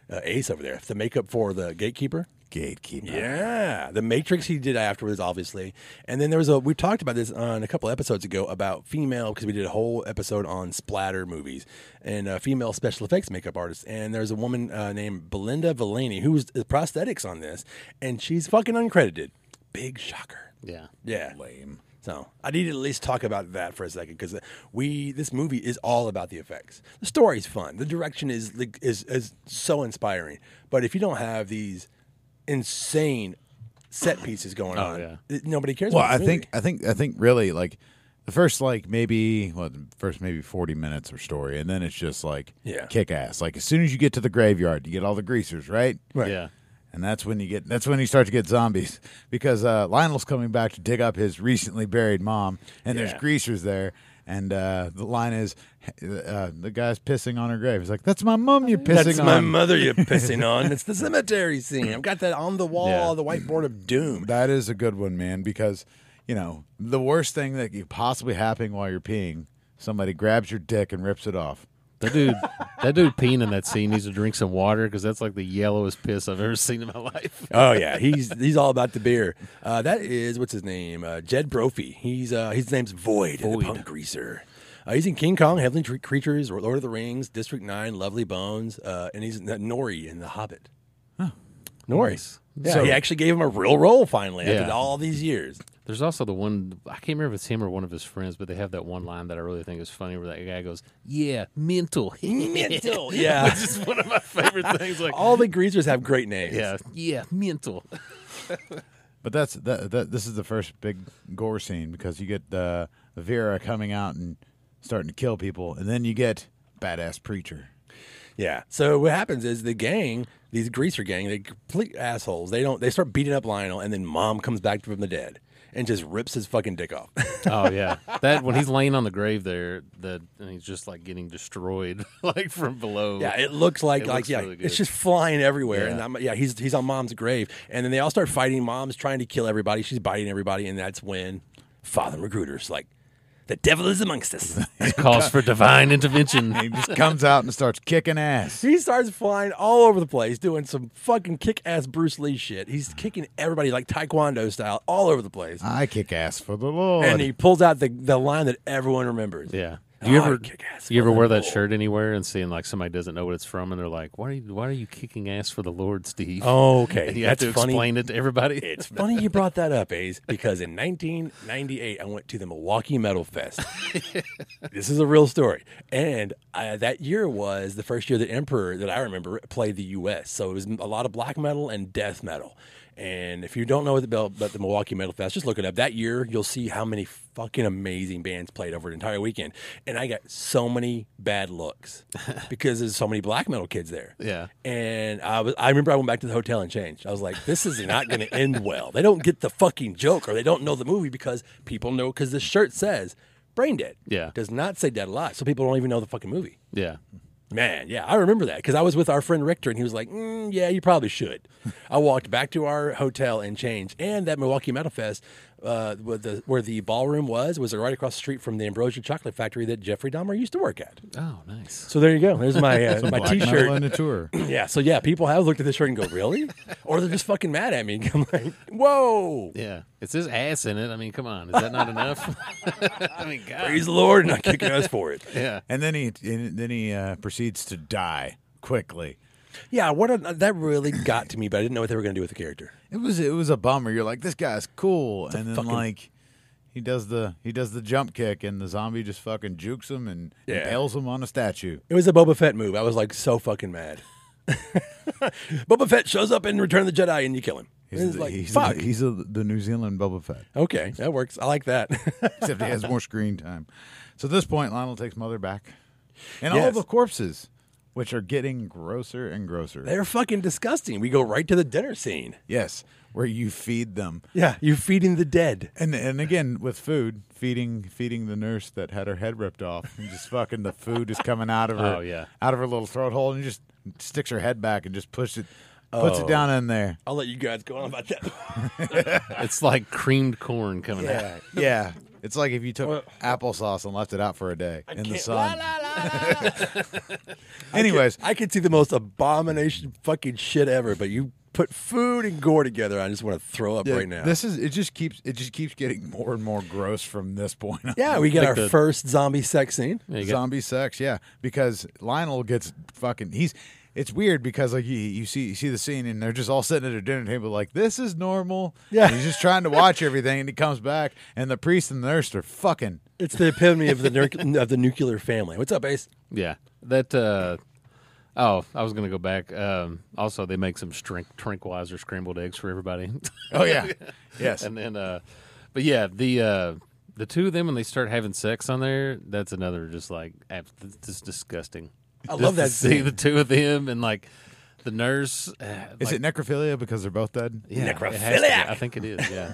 S2: uh, Ace over there, the makeup for the Gatekeeper.
S3: Gatekeeper.
S2: Yeah, The Matrix he did afterwards, obviously, and then there was a we talked about this on a couple episodes ago about female because we did a whole episode on splatter movies and uh, female special effects makeup artists, and there's a woman uh, named Belinda Villaney who was the prosthetics on this, and she's fucking uncredited. Big shocker.
S1: Yeah.
S2: Yeah, lame. So I need to at least talk about that for a second because we this movie is all about the effects. The story's fun. The direction is like is is so inspiring. But if you don't have these insane set pieces going
S1: Oh,
S2: on,
S1: yeah.
S2: it- nobody cares.
S3: Well,
S2: about
S3: I
S2: this
S3: think
S2: movie.
S3: I think I think really like the first like maybe well the first maybe forty minutes or story, and then it's just like
S2: Yeah.
S3: kick ass. Like as soon as you get to the graveyard, you get all the greasers, right?
S2: Right.
S1: Yeah.
S3: And that's when you get that's when you start to get zombies because uh, Lionel's coming back to dig up his recently buried mom, and
S2: Yeah.
S3: there's greasers there. And uh, the line is, uh, the guy's pissing on her grave. He's like, "That's my mom. You're pissing
S2: that's
S3: on."
S2: my mother you're pissing on. It's the cemetery scene. I've got that on the wall,
S1: Yeah.
S2: the whiteboard of doom.
S3: That is a good one, man, because you know, the worst thing that could possibly happen while you're peeing, somebody grabs your dick and rips it off.
S1: That dude, that dude peeing in that scene needs to drink some water because that's like the yellowest piss I've ever seen in my life.
S2: Oh yeah, he's he's all about the beer. Uh, that is what's his name, uh, Jed Brophy. He's uh, his name's Void, the punk greaser. Uh, he's in King Kong, Heavenly Tre- Creatures, Lord of the Rings, District Nine, Lovely Bones, uh, and he's in Nori in The Hobbit.
S1: Nice.
S2: Yeah, he actually gave him a real role finally after
S1: Yeah.
S2: all these years.
S1: There's also the one I can't remember if it's him or one of his friends, but they have that one line that I really think is funny where that guy goes, "Yeah, mental."
S2: Mental, yeah.
S1: Which is one of my favorite things. Like,
S2: All the greasers have great names.
S1: yeah, yeah, mental.
S3: But that's that, that this is the first big gore scene because you get uh, Vera coming out and starting to kill people, and then you get badass preacher.
S2: Yeah. So what happens is the gang, these greaser gang, they complete assholes. They don't. They start beating up Lionel, and then Mom comes back from the dead and just rips his fucking dick off.
S1: Oh yeah, that when he's laying on the grave there, that and he's just like getting destroyed, like from below.
S2: Yeah, it looks like
S1: It
S2: like
S1: looks
S2: yeah,
S1: really
S2: it's
S1: good.
S2: just flying everywhere. And
S1: Yeah.
S2: I'm, yeah, he's he's on mom's grave, and then they all start fighting. Mom's trying to kill everybody. She's biting everybody, and that's when Father Magruder's like, "The devil is amongst us."
S1: It calls for divine intervention.
S3: He just comes out and starts kicking ass.
S2: he starts flying all over the place, doing some fucking kick-ass Bruce Lee shit. He's kicking everybody like Taekwondo style, all over the place.
S3: I kick ass for the Lord.
S2: and he pulls out the, the line that everyone remembers.
S1: Yeah, Do you
S2: Oh,
S1: ever
S2: I kick ass
S1: do you
S2: for
S1: ever
S2: the
S1: wear that
S2: Lord.
S1: shirt anywhere and seeing like somebody doesn't know what it's from and they're like, why are you why are you kicking ass for the Lord, Steve?
S2: Okay,
S1: and you
S2: Oh, that's
S1: have to
S2: funny.
S1: explain it to everybody.
S2: It's funny you brought that up, Ace, because in 1998 I went to the Milwaukee Metal Fest. this is a real story, and uh, that year was the first year that Emperor that I remember played the U.S. So it was a lot of black metal and death metal. And if you don't know about about the Milwaukee Metal Fest, just look it up. That year, you'll see how many fucking amazing bands played over an entire weekend. And I got so many bad looks because there's so many black metal kids there.
S1: Yeah.
S2: And I was I remember I went back to the hotel and changed. I was like, this is not going to end well. They don't get the fucking joke or they don't know the movie because people know because the shirt says brain dead.
S1: Yeah.
S2: Does not say dead alive. So people don't even know the fucking movie.
S1: yeah.
S2: Man, yeah, I remember that because I was with our friend Richter and he was like, mm, yeah, you probably should. I walked back to our hotel and changed. And that Milwaukee Metal Fest, uh, where, the, where the ballroom was, was right across the street from the Ambrosia Chocolate Factory that Jeffrey Dahmer used to work at.
S1: Oh, nice.
S2: So there you go. There's my, uh, my
S3: Black
S2: t
S3: metal
S2: shirt.
S3: and a tour.
S2: Yeah, so yeah, people have looked at this shirt and go, really? or they're just fucking mad at me. I'm like, whoa,
S1: Yeah. It's his ass in it. I mean, come on. Is that not enough? I mean, God.
S2: praise the Lord, and I kick ass for it.
S1: Yeah.
S3: And then he and then he uh, proceeds to die quickly.
S2: Yeah, what a, that really got to me, but I didn't know what they were going to do with the character.
S3: It was it was a bummer. You're like, this guy's cool, and then
S2: fucking-
S3: like he does the he does the jump kick, and the zombie just fucking jukes him and
S2: Yeah.
S3: impales him on a statue.
S2: It was a Boba Fett move. I was like so fucking mad. Boba Fett shows up in Return of the Jedi and you kill him.
S3: He's,
S2: it's
S3: the,
S2: like,
S3: he's,
S2: fuck.
S3: The, he's the- the New Zealand Boba Fett,
S2: okay, that works. I like that.
S3: except he has more screen time. So at this point, Lionel takes Mother back, and all
S2: Yes.
S3: the corpses, which are getting grosser and grosser.
S2: They're fucking disgusting. We go right to the dinner scene.
S3: yes, where you feed them.
S2: Yeah, you feeding the dead.
S3: And and again with food, feeding feeding the nurse that had her head ripped off, and just fucking the food is coming out of her,
S1: Oh, yeah.
S3: out of her little throat hole, and just sticks her head back and just puts it, puts
S2: Oh.
S3: it down in there.
S2: I'll let you guys go on about that.
S1: It's like creamed corn coming out.
S3: yeah, it's like if you took applesauce and left it out for a day in the
S2: can't-
S3: sun. Anyways,
S2: I could see the most abomination fucking shit ever, but you put food and gore together. I just want to throw up right now.
S3: this is it. Just keeps it just keeps getting more and more gross from this point. on.
S2: yeah, we get
S1: Like
S2: our
S1: the-
S2: first zombie sex scene.
S1: Yeah, you got-
S3: zombie sex yeah because lionel gets fucking he's it's weird because like you, you see you see the scene and they're just all sitting at a dinner table like this is normal
S2: Yeah.
S3: And he's just trying to watch everything and he comes back and the priest and the nurse are fucking
S2: It's the epitome of the nu- of the nuclear family. What's up, Ace?
S1: Yeah. That uh oh, I was gonna go back. Um also they make some strink tranquilizer scrambled eggs for everybody.
S3: oh yeah yes
S1: and then uh but yeah, the uh the two of them when they start having sex on there, that's another just like ab- th- just disgusting.
S2: I
S1: Just
S2: love
S1: to
S2: that
S1: See
S2: scene.
S1: the two of them and like the nurse. Uh,
S3: is
S1: like-
S3: it necrophilia because they're both dead
S1: yeah, it has to be.
S2: necrophiliac?
S1: I think it is. Yeah.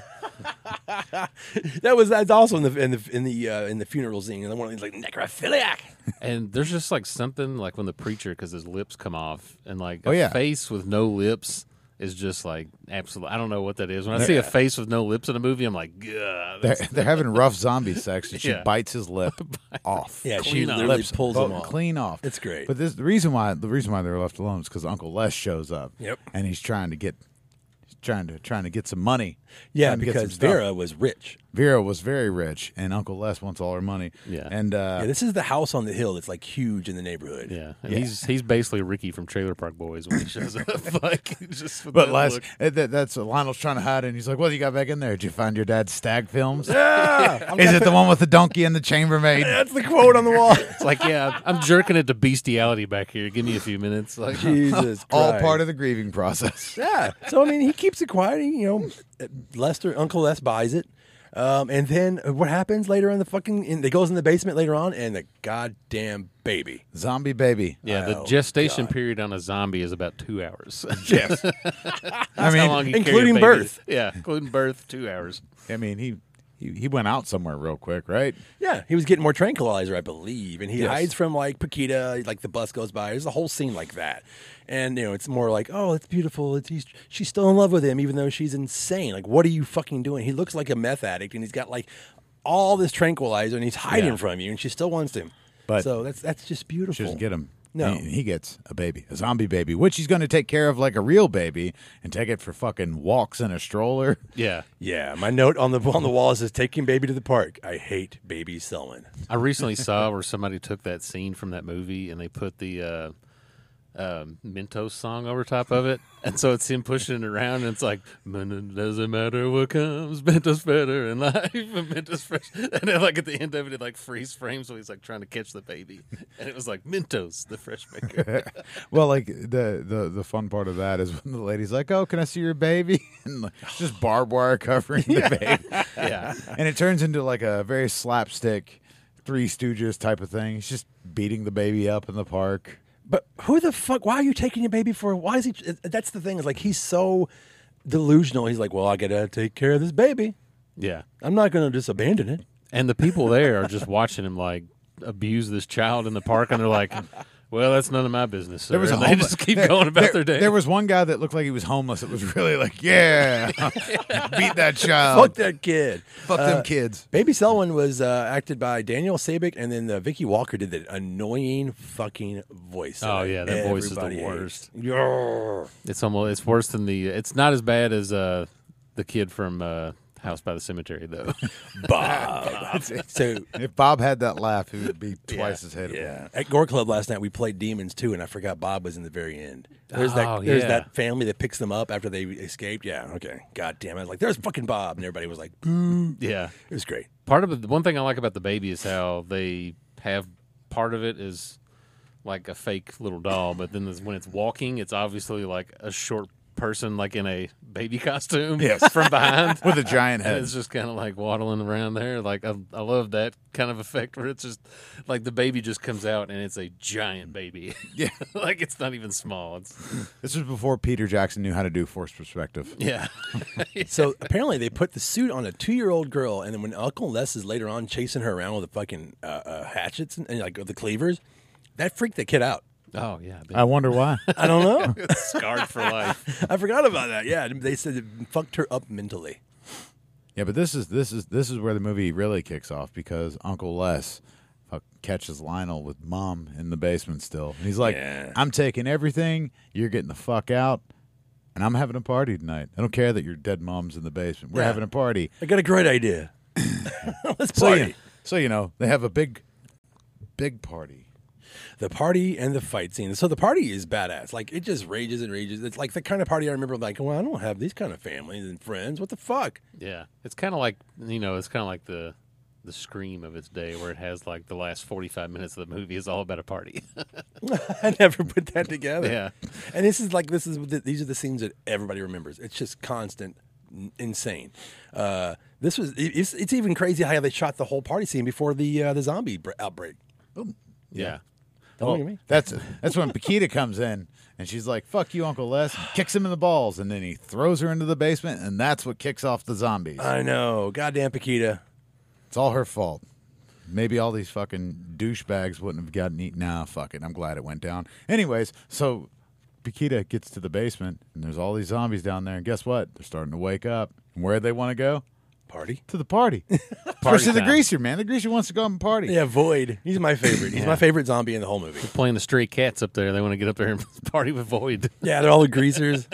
S2: That was that's also in the in the in the uh, in the funeral scene. And the one of these like necrophiliac.
S1: And there's just like something like when the preacher, because his lips come off, and like
S3: Oh,
S1: a
S3: yeah.
S1: face with no lips is just like absolute. I don't know what that is. When I see a face with no lips in a movie, I'm like, God,
S3: they're, they're having rough zombie sex and she
S1: Yeah.
S3: bites his lip off
S2: Yeah, she
S1: Clean up.
S2: literally
S1: Lips
S2: pulls
S3: Both
S2: them off.
S3: clean off.
S2: It's great.
S3: But this the reason why the reason why they're left alone is because Uncle Les shows up.
S2: Yep.
S3: And he's trying to get, he's trying to trying to get some money.
S2: Yeah,
S3: trying to get some
S2: because
S3: stuff.
S2: Vera was rich.
S3: Vera was very rich, and Uncle Les wants all her money.
S1: Yeah.
S3: And uh,
S2: Yeah, this is the house on the hill that's like huge in the neighborhood.
S1: yeah. And he's he's basically Ricky from Trailer Park Boys when he shows up, like just with
S3: but
S1: that
S3: Les,
S1: look.
S3: uh, that, that's what Lionel's trying to hide, and he's like, "What do you got back in there? Did you find your dad's stag films?
S2: Yeah,
S3: Is it the one with the donkey and the chambermaid?"
S2: that's the quote on the wall.
S1: It's like, yeah, I'm jerking it to bestiality back here. Give me a few minutes. Like,
S2: Jesus,
S3: All
S2: Christ.
S3: part of the grieving process.
S2: Yeah. So I mean, he keeps it quiet. He, you know, Lester, Uncle Les buys it, um, and then what happens later in the fucking? In, it goes in the basement later on, and the goddamn baby.
S3: Zombie baby.
S1: yeah, the
S2: Oh,
S1: gestation period on a zombie is about two hours.
S3: Yes. I
S1: How
S3: mean,
S1: long you carry a
S2: including
S1: baby.
S2: birth.
S1: Yeah, including birth, two hours.
S3: I mean, he, he he went out somewhere real quick, right?
S2: Yeah, he was getting more tranquilizer, I believe, and he
S3: Yes.
S2: hides from like Paquita. Like the bus goes by. There's a whole scene like that, and you know, it's more like, oh, it's beautiful. It's he's, she's still in love with him, even though she's insane. Like, what are you fucking doing? He looks like a meth addict, and he's got like all this tranquilizer, and he's hiding
S3: Yeah.
S2: from you, and she still wants him.
S3: But-
S2: so that's that's just beautiful.
S3: She doesn't get him.
S2: No.
S3: He, he gets a baby, a zombie baby, which he's going to take care of like a real baby and take it for fucking walks in a stroller.
S1: Yeah.
S2: Yeah, my note on the on the wall says taking baby to the park. I hate baby Selwyn.
S1: I recently saw where somebody took that scene from that movie and they put the uh, um Mentos song over top of it, and so it's him pushing it around, and it's like, "Man, it doesn't matter what comes, Mentos better in life, and Mentos fresh." And then, like at the end of it, it like freeze frames, so he's like trying to catch the baby, and it was like Mentos, the fresh maker.
S3: well, like the, the the fun part of that is when the lady's like, "Oh, can I see your baby?" and like, just barbed wire covering the baby,
S1: yeah,
S3: and it turns into like a very slapstick, Three Stooges type of thing. He's just beating the baby up in the park.
S2: But who the fuck? Why are you taking your baby for? Why is he? That's the thing. Is like he's so delusional. He's like, well, I gotta take care of this baby.
S1: yeah.
S2: I'm not gonna just abandon it.
S1: And the people there are just watching him like abuse this child in the park, and they're like, "Well, that's none of my business." Sir. and they
S3: homeless-
S1: just keep
S3: there-
S1: going about their
S3: there-
S1: day.
S3: There was one guy that looked like he was homeless. It was really like, yeah, beat that child, Uh,
S2: Fuck that kid.
S3: Oh.
S2: Uh,
S3: fuck them kids.
S2: Baby Selwyn was uh, acted by Daniel Sabick, and then uh, Vicky Walker did that annoying fucking voice.
S1: Oh, yeah, that voice is the
S2: everybody hates.
S1: worst.
S2: Yarr.
S1: It's almost it's worse than the it's not as bad as uh the kid from uh House by the Cemetery though.
S2: Bob. so
S3: If Bob had that laugh, he would be twice as hateable.
S2: Yeah. At Gore Club last night, we played Demons too, and I forgot Bob was in the very end. There's
S1: Oh,
S2: that. There's
S1: yeah.
S2: that family that picks them up after they escaped. Yeah. Okay. God damn it! Like there's fucking Bob, and everybody was like, "Boo!"
S1: yeah.
S2: It was great.
S1: Part of it, the one thing I like about the baby is how they have part of it is like a fake little doll, but then this, when it's walking, it's obviously like a short person like in a baby costume
S3: Yes.
S1: from behind.
S3: With a giant
S1: And
S3: head.
S1: it's just kind of like waddling around there. Like I, I love that kind of effect where it's just like the baby just comes out and it's a giant baby. Yeah, like it's not even small. It's
S3: This was before Peter Jackson knew how to do forced perspective.
S1: yeah.
S2: So apparently they put the suit on a two-year-old girl, and then when Uncle Les is later on chasing her around with the fucking uh, uh, hatchets and, and like the cleavers, that freaked the kid out.
S1: Oh yeah,
S3: I wonder why.
S2: I don't know.
S1: scarred for life.
S2: I forgot about that. Yeah, they said it fucked her up mentally.
S3: yeah, but this is this is this is where the movie really kicks off because Uncle Les fuck, catches Lionel with mom in the basement still. And he's like,
S2: Yeah.
S3: I'm taking everything, you're getting the fuck out, and I'm having a party tonight. I don't care that your dead mom's in the basement. We're
S2: Yeah.
S3: having a party.
S2: I got a great idea. Let's
S3: So
S2: party.
S3: you, so you know, they have a big big party.
S2: the party and the fight scene. So the party is badass. Like it just rages and rages. It's like the kind of party I remember. Like, well, I don't have these kind of families and friends. What the fuck?
S1: Yeah, it's kind of like you know, it's kind of like the the scream of its day, where it has like the last forty five minutes of the movie is all about a party.
S2: I never put that together.
S1: Yeah.
S2: And this is like this is the, these are the scenes that everybody remembers. It's just constant, n- insane. Uh, this was it- it's, it's even crazy how they shot the whole party scene before the uh, the zombie br- outbreak.
S1: yeah.
S2: Don't look at me.
S3: That's that's when Paquita comes in and she's like, "Fuck you, Uncle Les," kicks him in the balls, and then he throws her into the basement, and that's what kicks off the zombies.
S2: I know. Goddamn, Paquita.
S3: It's all her fault. Maybe all these fucking douchebags wouldn't have gotten eaten. Nah, fuck it. I'm glad it went down. Anyways, so Paquita gets to the basement, and there's all these zombies down there, and guess what? They're starting to wake up. And where do they want to go?
S2: Party.
S3: To the party.
S1: Party
S3: Versus the
S1: time.
S3: greaser, man. The greaser wants to go out and party.
S2: Yeah, Void. He's my favorite. He's my favorite zombie in the whole movie.
S1: Playing the stray cats up there, they want to get up there and party with Void.
S2: Yeah, they're all the greasers.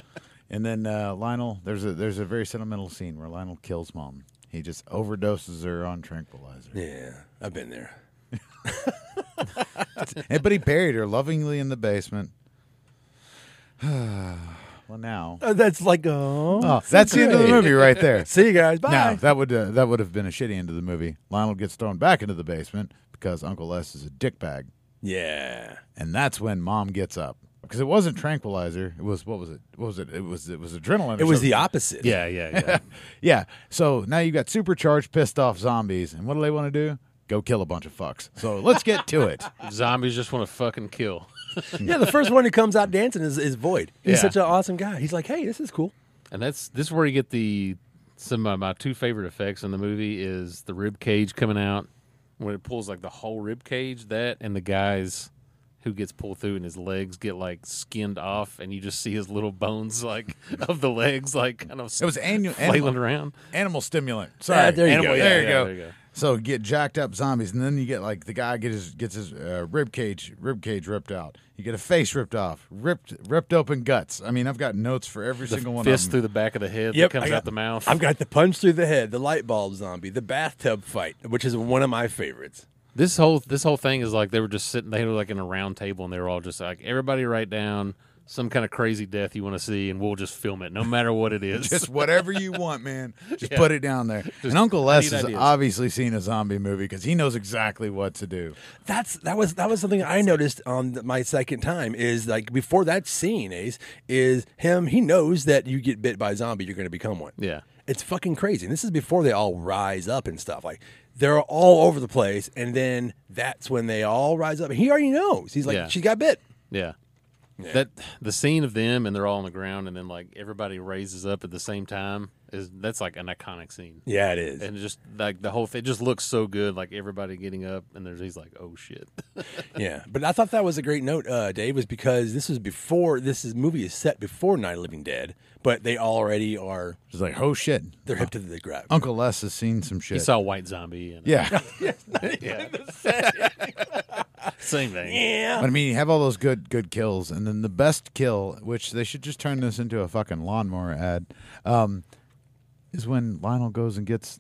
S3: And then uh, Lionel, there's a there's a very sentimental scene where Lionel kills mom. He just overdoses her on tranquilizer.
S2: yeah, I've been there.
S3: And- but he buried her lovingly in the basement. well, now
S2: Uh, that's like, oh,
S3: oh, that's the end of the movie right there.
S2: See you guys. Bye.
S3: Now that would uh, that would have been a shitty end of the movie. Lionel gets thrown back into the basement because Uncle Les is a dickbag,
S2: Yeah.
S3: and that's when mom gets up because it wasn't tranquilizer. It was what was it? What was it? It was it was adrenaline. or
S2: It was
S3: something.
S2: the opposite.
S1: yeah, yeah, yeah.
S3: Yeah. So now you got supercharged, pissed off zombies, and what do they want to do? Go kill a bunch of fucks. So let's get to it.
S1: Zombies just want to fucking kill.
S2: Yeah, the first one who comes out dancing is, is Void. He's
S1: Hmm. Yeah.
S2: such an awesome guy. He's like, hey, this is cool.
S1: And that's this is where you get the some of my two favorite effects in the movie is the rib cage coming out when it pulls like the whole rib cage that and the guy's who gets pulled through and his legs get like skinned off, and you just see his little bones like of the legs like kind of
S3: It was annual
S1: flailing
S3: animal,
S1: around.
S3: animal stimulant. Sorry,
S2: there you
S3: animal,
S2: go.
S3: There,
S1: Yeah,
S3: you
S1: yeah,
S3: go.
S1: there you go.
S3: So get jacked up zombies, and then you get like the guy gets his gets his uh, rib cage rib cage ripped out. You get a face ripped off, ripped ripped open guts. I mean, I've got notes for every single one.
S1: Fist
S3: of
S1: through
S3: them.
S1: the back of the head
S2: Yep,
S1: that comes
S2: I got-
S1: out the mouth.
S2: I've got the punch through the head, the light bulb zombie, the bathtub fight, which is one of my favorites.
S1: This whole this whole thing is like they were just sitting. They were like in a round table, and they were all just like, "Everybody write down some kind of crazy death you want to see, and we'll just film it, no matter what it is."
S3: Just whatever you want, man. Just put it down there. and Uncle Les has
S1: ideas.
S3: obviously seen a zombie movie because he knows exactly what to do.
S2: That's that was that was something I noticed on th- my second time is like before that scene, Ace is him. He knows that you get bit by a zombie, you're going to become one.
S1: Yeah.
S2: it's fucking crazy. And this is before they all rise up and stuff. Like they're all over the place, and then that's when they all rise up. And he already knows. He's like,
S1: Yeah.
S2: she got bit.
S1: yeah. That the scene of them and they're all on the ground, and then like everybody raises up at the same time is that's like an iconic scene,
S2: Yeah, it is.
S1: and just like the whole thing just looks so good, like everybody getting up, and there's he's like, "Oh shit."
S2: yeah, but I thought that was a great note, uh, Dave, was because this was before this is movie is set before Night of the Living Dead, but they already are
S3: He's like, oh shit.
S2: they're hip to the grab.
S3: Uncle Les has seen some shit.
S1: he saw White Zombie, and
S3: yeah.
S1: same thing.
S3: But, I mean, you have all those good good kills, and then the best kill, which they should just turn this into a fucking lawnmower ad, um, is when Lionel goes and gets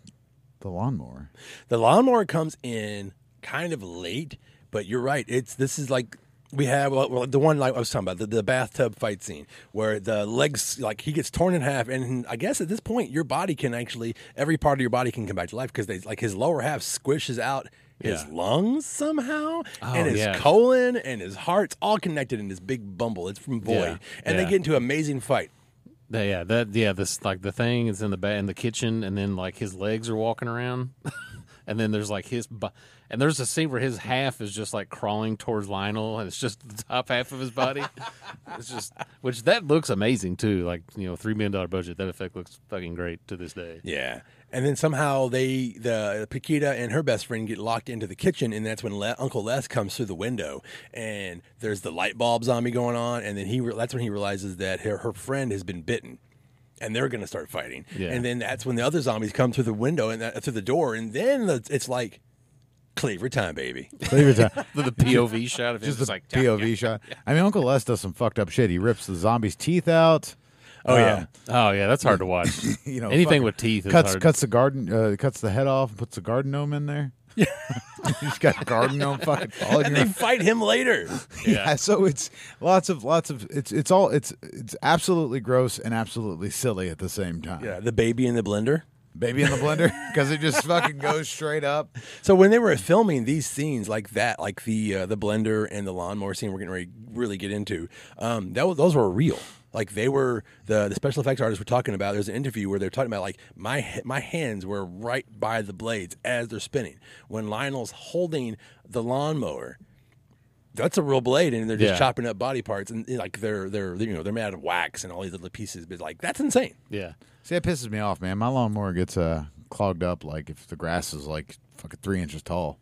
S3: the lawnmower.
S2: The lawnmower comes in kind of late, but you're right. It's this is like we have well, well, the one like I was talking about the, the bathtub fight scene where the legs like he gets torn in half, and I guess at this point your body can actually every part of your body can come back to life because they like his lower half squishes out. His
S1: Yeah. Oh,
S2: lungs somehow, and his
S1: yeah.
S2: colon and his heart's all connected in this big bumble. It's from Void,
S1: Yeah,
S2: and they
S1: yeah.
S2: get into an amazing fight.
S1: Yeah, yeah, that yeah, this like the thing is in the ba- in the kitchen, and then like his legs are walking around, and then there's like his bu- and there's a scene where his half is just like crawling towards Lionel, and it's just the top half of his body. it's just which that looks amazing too. Like you know, three million dollar budget, that effect looks fucking great to this day.
S2: Yeah. And then somehow they, the Paquita and her best friend get locked into the kitchen, and that's when Le- Uncle Les comes through the window, and there's the light bulb zombie going on, and then he, re- that's when he realizes that her, her friend has been bitten, and they're gonna start fighting,
S1: Yeah.
S2: and then that's when the other zombies come through the window and that, through the door, and then the, it's like cleaver time, baby.
S3: Believe it or not,
S1: The, the POV shot of him
S3: just
S1: just,
S3: the
S1: like
S3: POV shot. I mean, Uncle Les does some fucked up shit. He rips the zombie's teeth out.
S2: Oh yeah,
S1: Oh yeah, that's hard to watch.
S3: You know,
S1: anything
S3: fucking
S1: with teeth is
S3: cuts
S1: hard.
S3: cuts the garden uh, cuts the head off and puts the garden gnome in there. Yeah, he's got garden gnome fucking falling.
S2: and they fight him later.
S3: yeah. so it's lots of lots of it's it's all it's it's absolutely gross and absolutely silly at the same time.
S2: yeah, the baby in the blender.
S3: Baby in the blender because it just fucking goes straight up.
S2: So when they were filming these scenes like that, like the uh, the blender and the lawnmower scene, we're getting ready really get into. Um, that was, those were real. Like they were the the special effects artists were talking about. There's an interview where they're talking about like my h- my hands were right by the blades as they're spinning. When Lionel's holding the lawnmower, that's a real blade, and they're just
S1: Yeah.
S2: chopping up body parts and you know, like they're they're you know they're made out of wax and all these other pieces. But like that's insane.
S1: yeah,
S3: See, that pisses me off, man. My lawnmower gets uh, clogged up like if the grass is like fucking three inches tall.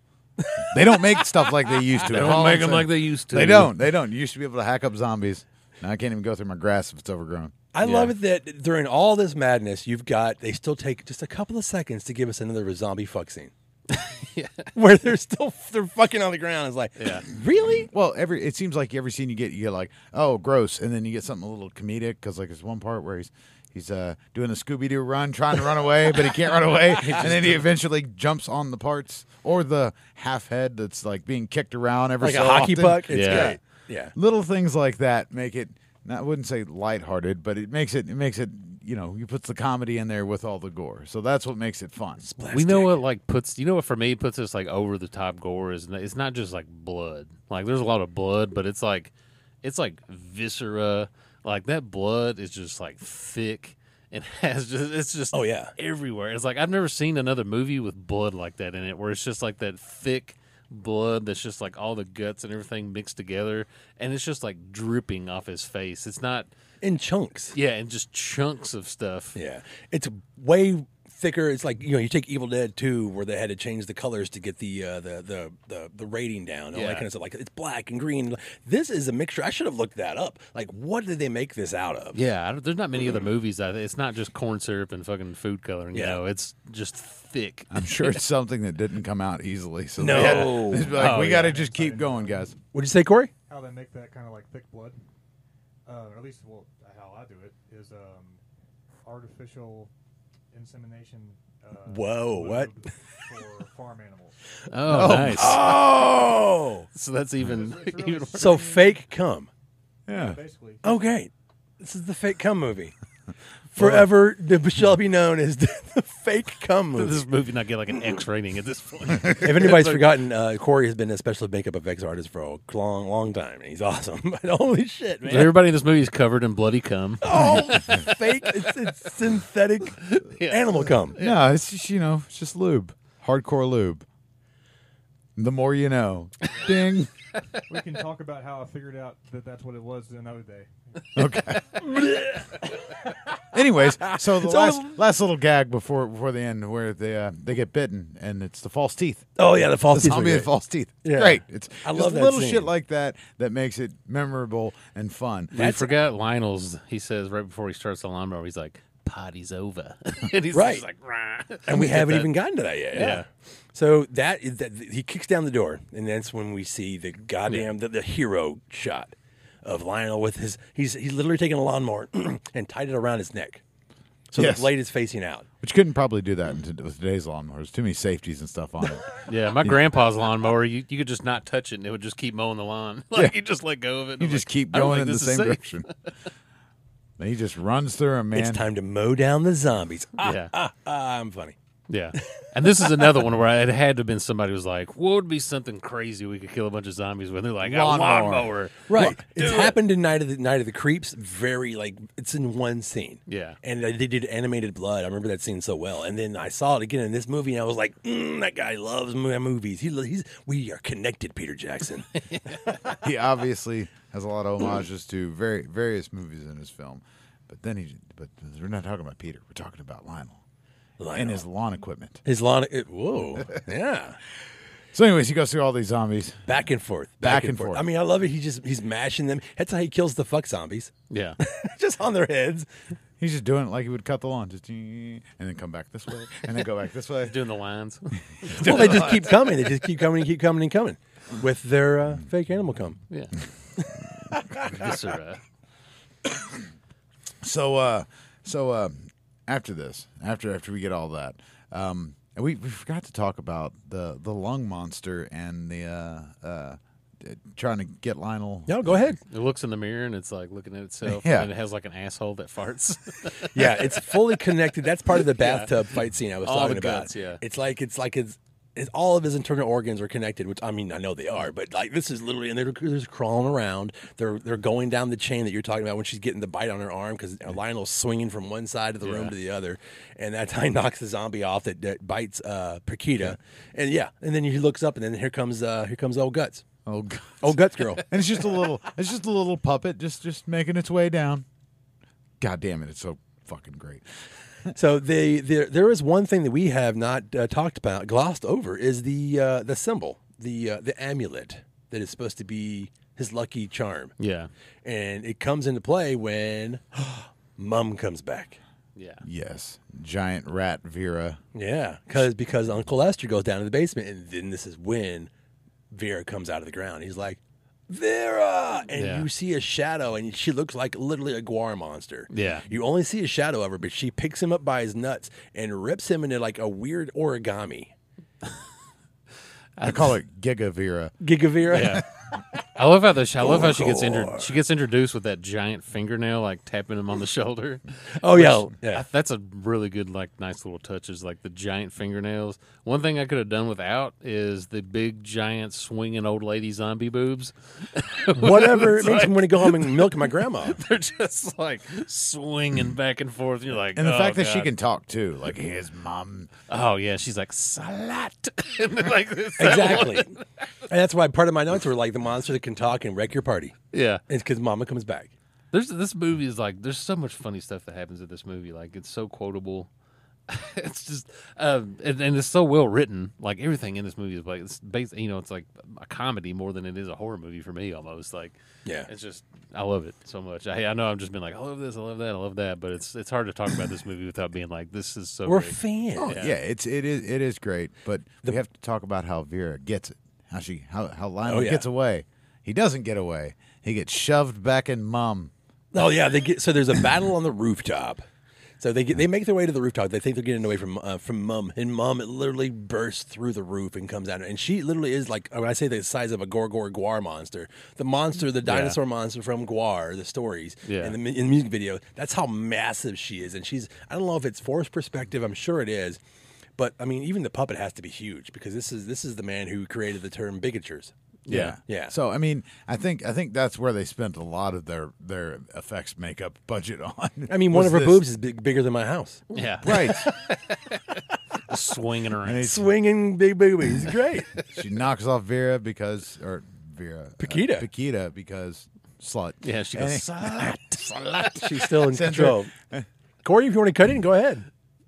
S3: they don't make stuff like they used to. That's all I'm saying.
S1: used
S3: They don't. They don't. You used to be able to hack up zombies. Now I can't even go through my grass if it's overgrown.
S2: I love it that during all this madness, you've got they still take just a couple of seconds to give us another zombie fuck scene. Where they're still they're fucking on the ground. It's like, really?
S3: Well, every it seems like every scene you get, you get like, oh, gross, and then you get something a little comedic because like there's one part where he's he's uh, doing the Scooby Doo run, trying to run away, but he can't run away, and then he eventually jumps on the parts or the half head that's like being kicked around every
S2: Like
S3: so
S2: a hockey
S3: often.
S2: puck? It's
S1: Yeah.
S2: great. Yeah.
S3: Little things like that make it. I wouldn't say lighthearted, but it makes it it makes it you know you puts the comedy in there with all the gore, so that's what makes it fun.
S1: We know what like puts you know what for me puts us like over the top gore is n- it's not just like blood. Like there's a lot of blood, but it's like it's like viscera. Like that blood is just like thick and has just it's just
S2: Oh, yeah.
S1: everywhere. It's like I've never seen another movie with blood like that in it where it's just like that thick blood that's just like all the guts and everything mixed together and it's just like dripping off his face. It's not
S2: In chunks.
S1: yeah, and just chunks of stuff.
S2: Yeah. It's way thicker. It's like you know, you take Evil Dead Two, where they had to change the colors to get the uh, the, the the the rating down, and all that
S1: Yeah.
S2: kind of stuff. Like it's black and green. This is a mixture. I should have looked that up. Like, what did they make this out of?
S1: Yeah, I don't, there's not many other movies that it's not just corn syrup and fucking food coloring. You
S2: Yeah.
S1: know, it's just thick.
S3: I'm sure it's something that didn't come out easily. So
S2: No.
S3: they had to- it's like,
S1: Oh,
S3: we
S1: yeah.
S3: got to just keep going, guys.
S2: What'd you say, Corey?
S4: how they make that kind of like thick blood, uh, or at least well how I do it is um, artificial insemination. Uh,
S2: Whoa, what?
S4: lube for farm animals.
S1: Oh, nice.
S2: Oh,
S1: So that's even
S4: It's really
S1: even
S2: so fake cum.
S3: Yeah.
S4: Basically,
S2: Okay, Oh, this is the fake cum movie. Forever the- shall be known as the, the fake cum movie.
S1: this movie not get like an X rating at this point.
S2: If anybody's forgotten, uh, Corey has been a special makeup effects artist for a long, long time, and he's awesome. But holy shit, man!
S1: Everybody in this movie is covered in bloody cum.
S2: all fake. It's, it's synthetic
S1: Yeah.
S2: animal cum.
S3: Yeah, it's just, you know, it's just lube. Hardcore lube. The more you know. Ding.
S4: we can talk about how I figured out that that's what it was another day.
S3: Anyways, so the
S2: So-
S3: last, last little gag before before the end where they uh, they get bitten and it's the false teeth.
S2: Oh yeah, the false
S3: the
S2: teeth. were
S3: zombie with
S2: great.
S3: false teeth.
S2: Yeah.
S3: Great. It's
S2: I
S3: just
S2: love that
S3: little
S2: scene.
S3: shit like that that makes it memorable and fun.
S1: We forgot Lionel's. He says right before he starts the lawnmower, he's like, "Potty's over," and he's
S2: Right.
S1: just like, "Rah."
S2: and we haven't
S1: that.
S2: even gotten to that yet. Yeah.
S1: Yeah.
S2: So that is that he kicks down the door, and that's when we see the goddamn the, the hero shot of Lionel with his he's he's literally taking a lawnmower and tied it around his neck, so
S3: Yes.
S2: the blade is facing out.
S3: Which couldn't probably do that in t- with today's lawnmowers. Too many safeties and stuff on it.
S1: "Yeah, my grandpa's lawnmower. You, you could just not touch it, and it would just keep mowing the lawn. Like you just let go of it. and
S3: You
S1: I'm
S3: just
S1: like,
S3: keep
S1: I don't
S3: going in
S1: think
S3: the
S1: this is
S3: same
S1: safe.
S3: direction. And he just runs through him, man.
S2: It's time to mow down the zombies. Ah,
S1: Yeah.
S2: ah, ah, I'm funny.
S1: Yeah. And this is another one where it had to have been somebody who was like, what would be something crazy we could kill a bunch of zombies with? They're like, a
S3: Lawnmower.
S1: lawnmower.
S2: Right. it's happened in Night of the Night of the Creeps. Very like it's in one scene.
S1: Yeah.
S2: And they they did animated blood. I remember that scene so well. And then I saw it again in this movie, and I was like, mm, that guy loves mo- movies. He lo- he's we are connected, Peter Jackson.
S3: he obviously has a lot of homages to very various movies in his film. But then he, but we're not talking about Peter. We're talking about Lionel, and
S2: Lionel.
S3: his lawn equipment.
S2: his lawn. It, whoa. yeah.
S3: So, anyways, he goes through all these zombies.
S2: Back and forth.
S3: Back and forth.
S2: I mean, I love it. He just he's mashing them. That's how he kills the fuck zombies.
S1: Yeah.
S2: just on their heads.
S3: He's just doing it like he would cut the lawn, just and then come back this way, and then go back this way.
S1: Doing the lines.
S2: Well, they just keep coming. They just keep coming and keep coming and coming with their uh, fake animal cum.
S1: Yeah. yes, sir.
S3: So uh so uh after this, after after we get all that, um and we, we forgot to talk about the the lung monster and the uh uh d- trying to get Lionel.
S2: No, go ahead.
S1: It looks in the mirror and it's like looking at itself.
S3: Yeah.
S1: And it has like an asshole that farts.
S2: Yeah, it's fully connected. That's part of the bathtub fight scene I was
S1: All
S2: talking
S1: the
S2: about.
S1: guts, yeah.
S2: It's like it's like it's, it's all of his internal organs are connected, which I mean I know they are, but like this is literally and they're, they're just crawling around. They're they're going down the chain that you're talking about when she's getting the bite on her arm because Lionel's swinging from one side of the room
S1: Yeah.
S2: to the other, and that's how he knocks the zombie off that, that bites uh, Paquita, and yeah, and then he looks up and then here comes uh, here comes old guts,
S3: Oh god.
S2: old guts girl.
S3: And it's just a little it's just a little puppet just just making its way down. God damn it, it's so fucking great.
S2: So they there there is one thing that we have not uh, talked about, glossed over, is the uh, the symbol, the uh, the amulet that is supposed to be his lucky charm,
S1: yeah.
S2: and it comes into play when Mum comes back.
S1: Yeah.
S3: Yes. Giant rat Vera.
S2: Yeah, because because Uncle Lester goes down to the basement, and then this is when Vera comes out of the ground. He's like. Vera, and
S1: Yeah.
S2: you see a shadow, and she looks like literally a guar monster.
S1: Yeah.
S2: you only see a shadow of her, but she picks him up by his nuts and rips him into like a weird origami.
S3: I call it Giga Vera.
S2: Gigavira.
S1: Yeah. I love how the sh- I love how she gets inter- she gets introduced with that giant fingernail like tapping him on the shoulder.
S2: Oh yeah,
S1: I-
S2: yeah.
S1: that's a really good, like, nice little touch is like the giant fingernails. One thing I could have done without is the big, giant, swinging old lady zombie boobs.
S2: Whatever it makes me want to go home and milk my grandma.
S1: They're just like swinging back and forth. You're like,
S3: And the
S1: "Oh,
S3: fact that she
S1: God."
S3: can talk too, like his mom.
S1: oh yeah, she's like salat, and then, like this-
S2: Exactly. and that's why part of my notes were like the monster that can talk and wreck your party.
S1: yeah.
S2: It's because Mama comes back.
S1: There's this movie is like, there's so much funny stuff that happens in this movie. Like it's so quotable. it's just um, and, and it's so well written. Like everything in this movie is like it's based. You know, it's like a comedy more than it is a horror movie for me. Almost like
S2: Yeah.
S1: it's just I love it so much. I, I know I've just been like I love this, I love that, I love that, but it's it's hard to talk about this movie without being like this is so.
S2: We're
S1: great.
S2: fans.
S3: Oh yeah, it's it is it is great, but we have to talk about how Vera gets it, how she how how Lionel
S2: Oh, yeah.
S3: gets away. He doesn't get away. He gets shoved back in mum.
S2: Oh yeah, they get so there's a battle on the rooftop. So they get, they make their way to the rooftop. They think they're getting away from uh, from mom, and mom literally bursts through the roof and comes out. And she literally is like when I say the size of a Gorgor Guar monster, the monster, the dinosaur monster from Guar, the stories,
S1: Yeah.
S2: and the, mu- in the music video. That's how massive she is, and she's I don't know if it's forced perspective. I'm sure it is, but I mean even the puppet has to be huge because this is this is the man who created the term bigatures.
S1: Yeah.
S2: Yeah.
S3: So I mean, I think I think that's where they spent a lot of their their effects makeup budget on.
S2: I mean, one
S3: was
S2: of her
S3: this-
S2: boobs is big, bigger than my house.
S1: yeah,
S3: Right.
S1: swinging around.
S3: And he-
S2: Swinging big boobies, great.
S3: she knocks off Vera because or Vera
S2: Paquita.
S3: uh, Paquita because slut.
S1: yeah, she
S3: And
S1: goes.
S3: he-
S1: "Slut."
S2: She's still in control. Corey, if you want to cut in, go ahead.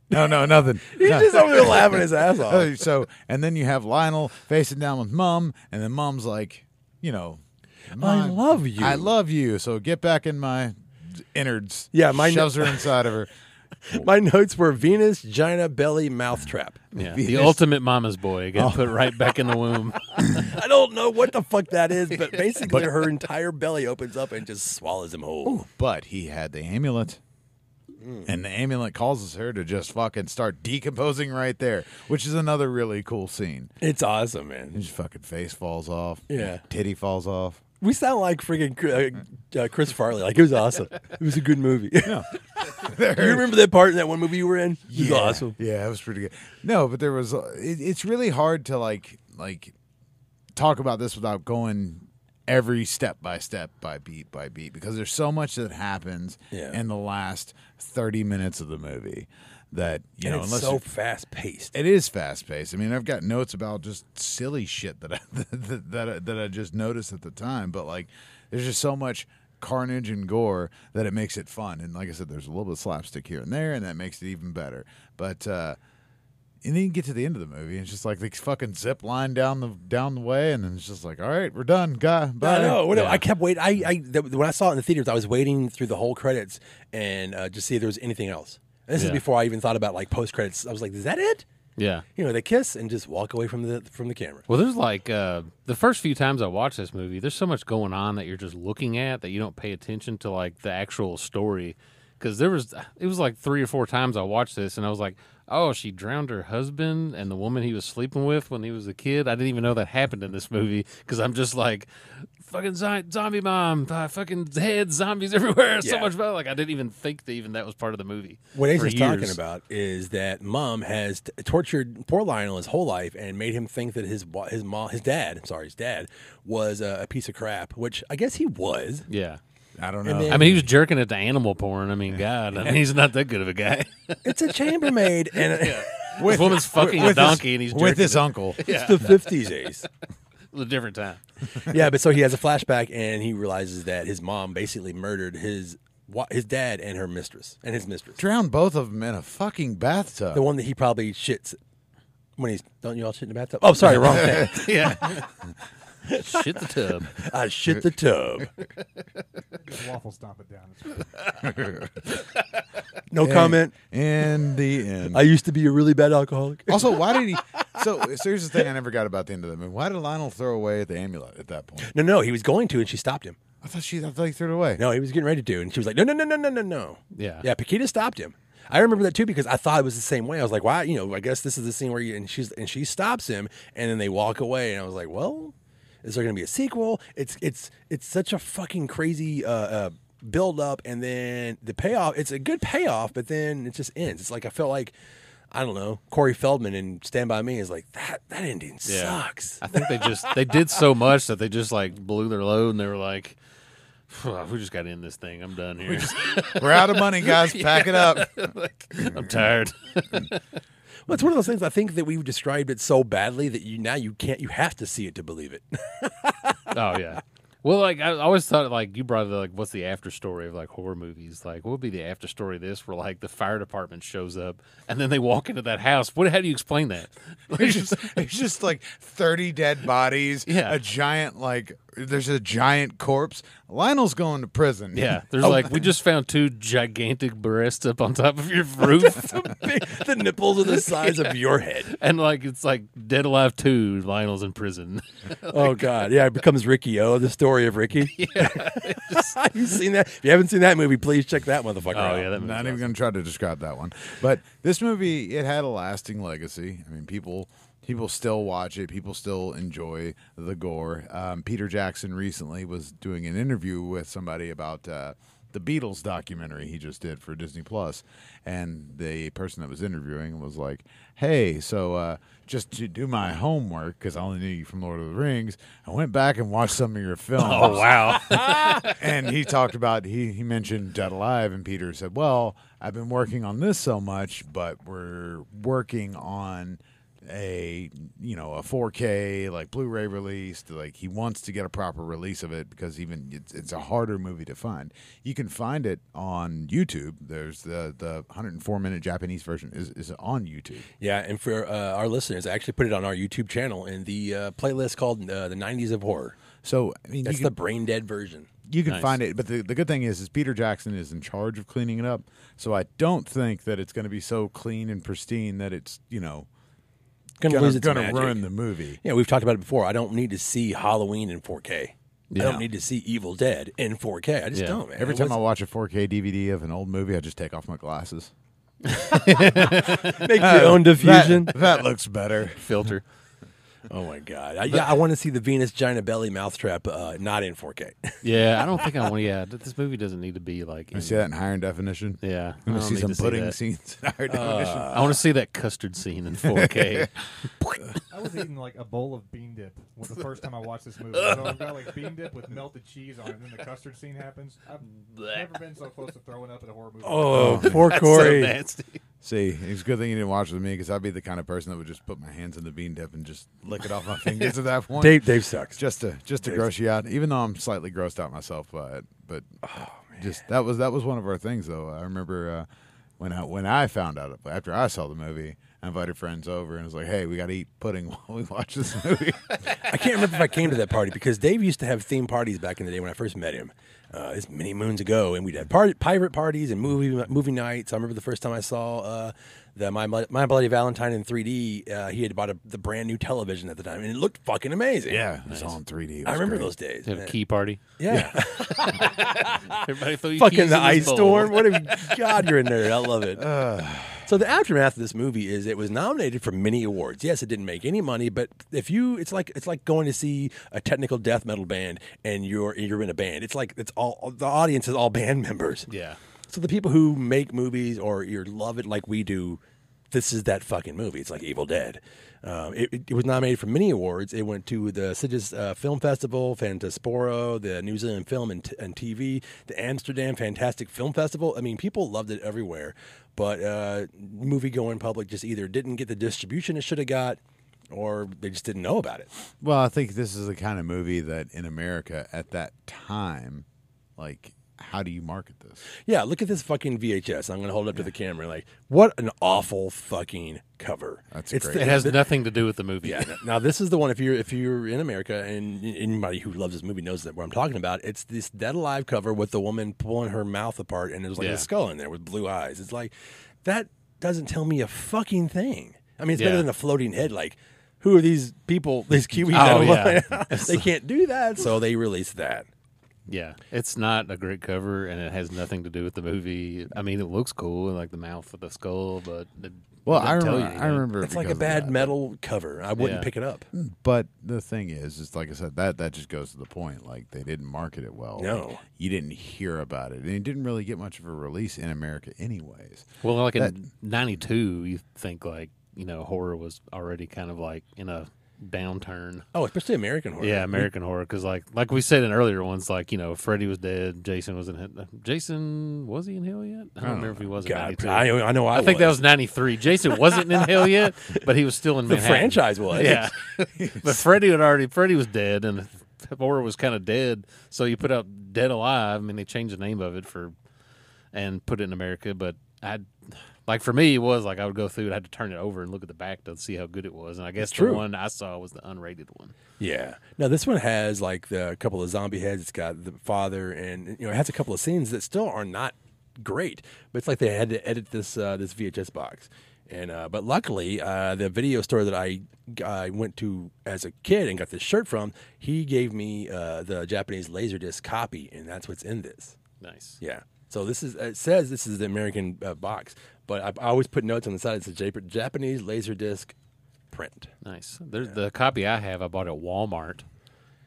S3: no, no, nothing.
S2: He's
S3: No.
S2: just over there laughing his ass off.
S3: Oh, so and then you have Lionel facing down with mom, and then mom's like, you know, "My-
S2: love you."
S3: I love you. So get back in my innards.
S2: Yeah, my-
S3: shoves her inside of her.
S2: My notes were Venus, Gina, belly, mouth trap.
S1: Yeah,
S3: Venus-
S1: the ultimate mama's boy got put right back in the womb.
S2: I don't know what the fuck that is, but basically her entire belly opens up and just swallows him whole.
S3: But he had the amulet.
S2: Mm.
S3: And the amulet causes her to just fucking start decomposing right there, which is another really cool scene.
S2: It's awesome, man.
S3: His fucking face falls off.
S2: Yeah.
S3: Titty falls off.
S2: We sound like freaking uh, uh, Chris Farley. Like, it was awesome. It was a good movie. you remember that part in that one movie you were in? It was awesome.
S3: Yeah, it was pretty good. No, but there was. uh, It, it's really hard to like like talk about this without going every step by step by beat by beat because there's so much that happens
S2: Yeah.
S3: in the last 30 minutes of the movie that you
S2: And
S3: know
S2: it's
S3: unless
S2: so
S3: you-
S2: fast paced.
S3: it is fast paced. I mean, I've got notes about just silly shit that I, that that I, that I just noticed at the time, but like, there's just so much carnage and gore that it makes it fun. And like I said, there's a little bit of slapstick here and there, and that makes it even better. But uh, and then you get to the end of the movie, and it's just like they fucking zip line down the down the way, and then it's just like, all right, we're done, guy. Bye.
S2: I know. What- I kept waiting. I, I th- when I saw it in the theaters, I was waiting through the whole credits and uh, just see if there was anything else. And this is
S1: Yeah.
S2: before I even thought about like post credits. I was like, is that it?
S1: Yeah.
S2: You know, they kiss and just walk away from the from the camera.
S1: Well, there's like uh, the first few times I watched this movie, there's so much going on that you're just looking at that you don't pay attention to like the actual story. Because there was, it was like three or four times I watched this and I was like, oh, she drowned her husband and the woman he was sleeping with when he was a kid. I didn't even know that happened in this movie because I'm just like, fucking zi- zombie mom, uh, fucking head zombies everywhere. So
S2: Yeah.
S1: much about Like, I didn't even think that even that was part of the movie.
S2: What Ace
S1: for
S2: is talking
S1: years.
S2: about is that mom has t- tortured poor Lionel his whole life and made him think that his wa- his mom his dad I'm sorry his dad was a, a piece of crap, which I guess he was.
S1: Yeah.
S3: I don't know.
S2: then-
S1: I mean, he was jerking at the animal porn. I mean, God, I mean, he's not that good of a guy.
S2: It's a chambermaid and
S1: this woman's fucking a
S3: with his-
S1: donkey and he's jerking
S3: with his
S1: it.
S3: uncle.
S2: it's the fifties, Ace.
S1: It was a different time.
S2: yeah, but so he has a flashback and he realizes that his mom basically murdered his wa- his dad and her mistress and his mistress,
S3: Drown both of them in a fucking bathtub.
S2: the one that he probably shits when he's don't you all shit in the bathtub? Oh, sorry, wrong thing.
S1: Yeah. Shit the tub.
S2: I shit the tub.
S4: Just waffle stomp it down. It's fine.
S2: No comment.
S3: In the end.
S2: I used to be a really bad alcoholic.
S3: Also, why did he? So, so here's the thing I never got about the end of the movie. Why did Lionel throw away the amulet at that point?
S2: No, no, he was going to, and she stopped him.
S3: I thought she, I thought he threw it away.
S2: No, he was getting ready to, and she was like, "No, no, no, no, no, no, no."
S1: Yeah.
S2: yeah. Paquita stopped him. I remember that too because I thought it was the same way. I was like, "Why?" You know, I guess this is the scene where you and she's and she stops him, and then they walk away, and I was like, "Well, is there going to be a sequel?" It's it's it's such a fucking crazy uh, uh, build up, and then the payoff. It's a good payoff, but then it just ends. It's like I felt like. I don't know. Corey Feldman and Stand By Me is like that. That ending
S1: Yeah.
S2: sucks.
S1: I think they just they did so much that they just like blew their load and they were like, "Phew, we just got to end this thing. I'm done here.
S3: We're out of money, guys. Pack it up.
S1: Like, I'm tired.
S2: Well, it's one of those things. I think that we've described it so badly that you now you can't. You have to see it to believe it.
S1: Oh yeah. Well, like I always thought, like you brought it, like what's the after story of like horror movies? Like what would be the after story of this, where like the fire department shows up and then they walk into that house? What? How do you explain that?
S3: It's just, it's just like 30 dead bodies.
S1: Yeah.
S3: A giant, like, there's a giant corpse. Lionel's going to prison.
S1: Yeah, there's like we just found two gigantic breasts up on top of your roof,
S2: the nipples are the size of your head.
S1: and like it's like Dead Alive Two. Lionel's in prison.
S2: Oh God, yeah, it becomes Ricky. Oh, the story of Ricky. you seen that? If you haven't seen that movie, please check that motherfucker.
S1: Oh
S2: out.
S1: yeah, that
S3: I'm
S1: movie's
S3: not
S1: awesome.
S3: even going to try to describe that one. But this movie, it had a lasting legacy. I mean, people people still watch it. People still enjoy the gore. Um, Peter Jackson recently was doing an interview with somebody about uh, the Beatles documentary he just did for Disney Plus, and the person that was interviewing was like, "Hey, so." Uh, just to do my homework, because I only knew you from Lord of the Rings, I went back and watched some of your films
S1: Oh wow,
S3: and he talked about he he mentioned Dead Alive, and Peter said, "Well, I've been working on this so much, but we're working on a you know a 4K like Blu-ray release. Like he wants to get a proper release of it because even it's, it's a harder movie to find. You can find it on YouTube. There's the the 104 minute Japanese version is is on YouTube.
S2: Yeah, and for uh, our listeners, I actually put it on our YouTube channel in the uh, playlist called uh, "The '90s of Horror."
S3: So I mean,
S2: That's
S3: you
S2: the
S3: can,
S2: brain dead version.
S3: you can
S1: Nice.
S3: find it. But the, the good thing is, is Peter Jackson is in charge of cleaning it up. So I don't think that it's going to be so clean and pristine that it's you know
S2: Gonna,
S3: gonna,
S2: lose its
S3: gonna
S2: magic.
S3: ruin the movie.
S2: Yeah, we've talked about it before. I don't need to see Halloween in 4K. I
S3: Yeah.
S2: don't need to see Evil Dead in 4K. I just
S1: Yeah.
S2: don't. Man.
S3: Every time I
S2: What's-
S3: watch a 4K DVD of an old movie, I just take off my glasses.
S2: make your own diffusion.
S3: That, that looks better.
S1: filter.
S2: oh my god! I, yeah, I want to see the Venus giant belly mousetrap, uh, not in 4K.
S1: Yeah, I don't think I want. Yeah, th- this movie doesn't need to be like.
S3: I
S1: in-
S3: see that in higher definition.
S1: Yeah,
S3: Let
S1: I
S3: me
S1: don't
S3: see
S1: need
S3: some
S1: to see
S3: pudding
S1: that. Oh.
S3: scenes in higher definition.
S1: I want to see that custard scene in 4K.
S4: I was eating like a bowl of bean dip when the first time I watched this movie. So I've got like bean dip with melted cheese on it, and then the custard scene happens. I've never been so close to throwing up at a horror movie.
S2: Oh, poor
S1: That's so
S2: Corey.
S1: nasty.
S3: See, it's a good thing you didn't watch it with me because I'd be the kind of person that would just put my hands in the bean dip and just lick it off my fingers at that point.
S2: Dave, Dave sucks.
S3: just to just to gross you out, even though I'm slightly grossed out myself by it. But
S2: Oh,
S3: just that was that was one of our things though. I remember uh, when I when I found out after I saw the movie, I invited friends over and was like, "Hey, we got to eat pudding while we watch this movie."
S2: I can't remember if I came to that party because Dave used to have theme parties back in the day when I first met him. Uh, it's many moons ago, and we'd had party, pirate parties and movie movie nights. I remember the first time I saw uh, the My Bloody, My Bloody Valentine in 3D. Uh, he had bought a, the brand new television at the time, and it looked fucking amazing.
S3: yeah, it was all in 3D. It
S2: I
S3: was
S2: remember
S3: great.
S2: those days.
S1: Have a
S2: man.
S1: key party.
S2: Yeah,
S1: Everybody throw your keys
S2: fucking
S1: in
S2: the
S1: this
S2: ice
S1: bowl.
S2: storm. What a god you're in there. I love it. so the aftermath of this movie is it was nominated for many awards. Yes, it didn't make any money, but if you, it's like it's like going to see a technical death metal band and you're you're in a band. It's like it's all the audience is all band members.
S1: Yeah.
S2: So the people who make movies or you love it like we do, this is that fucking movie. It's like Evil Dead. Um, it, it- it was nominated for many awards. It went to the Sitges uh, Film Festival, Fantasporo, the New Zealand Film and, T- and TV, the Amsterdam Fantastic Film Festival. I mean, people loved it everywhere, but uh, movie going public just either didn't get the distribution it should have got, or they just didn't know about it.
S3: Well, I think this is the kind of movie that in America at that time, like, how do you market this?
S2: Yeah, look at this fucking VHS. I'm gonna hold it up to the camera. Like, what an awful fucking cover.
S3: That's
S2: it's
S3: great.
S2: the-
S1: It has nothing to do with the movie.
S2: Yeah. n- Now this is the one. If you're if you're in America and y- anybody who loves this movie knows that what I'm talking about. It's this Dead Alive cover with the woman pulling her mouth apart, and there's like
S1: Yeah.
S2: a skull in there with blue eyes. It's like that doesn't tell me a fucking thing. I mean, it's better
S1: Yeah.
S2: than a floating head. Like, who are these people? These Kiwis?
S1: Oh,
S2: out
S1: yeah.
S2: of they can't do that, so they released that.
S1: Yeah. It's not a great cover and it has nothing to do with the movie. I mean, it looks cool, like the mouth of the skull, but it
S3: Well,
S1: doesn't
S3: I
S1: tell
S3: remember.
S1: you
S3: I
S1: anything.
S3: remember. it
S2: It's like a
S3: because of
S2: bad
S3: that.
S2: metal cover. I wouldn't
S1: Yeah.
S2: pick it up.
S3: But the thing is, is like I said, that that just goes to the point. Like they didn't market it well.
S2: No.
S3: Like, you didn't hear about it, and it didn't really get much of a release in America, anyways.
S1: Well, like in '92, you think like you know horror was already kind of like in a downturn.
S2: Oh, especially American horror.
S1: Yeah, American horror because like like we said in earlier ones, like you know Freddy was dead, Jason was in hell. Jason was he in hell yet? I don't, remember if he was. in
S2: Oh God,
S1: 92.
S2: I, I know. I,
S1: I think that
S2: was.
S1: was '93. Jason wasn't in hell yet, but he was still in
S2: the
S1: Manhattan.
S2: franchise was.
S1: Yeah, but Freddy had already Freddy was dead, and horror was kind of dead, so you put out Dead Alive. I mean, they changed the name of it for and put it in America, but I like for me it was like I would go through and I had to turn it over and look at the back to see how good it was. And I guess
S2: That's true.
S1: the one I saw was the unrated one.
S2: Yeah. Now this one has like the a couple of zombie heads. It's got the father, and you know, it has a couple of scenes that still are not great. But it's like they had to edit this uh, this VHS box. And uh, but luckily, uh, the video store that I I went to as a kid and got this shirt from, he gave me uh, the Japanese laserdisc copy, and that's what's in this.
S1: Nice.
S2: Yeah. So this is it says this is the American uh, box, but I, I always put notes on the side. It's a Jap- Japanese laserdisc print.
S1: Nice. There's the copy I have. I bought at Walmart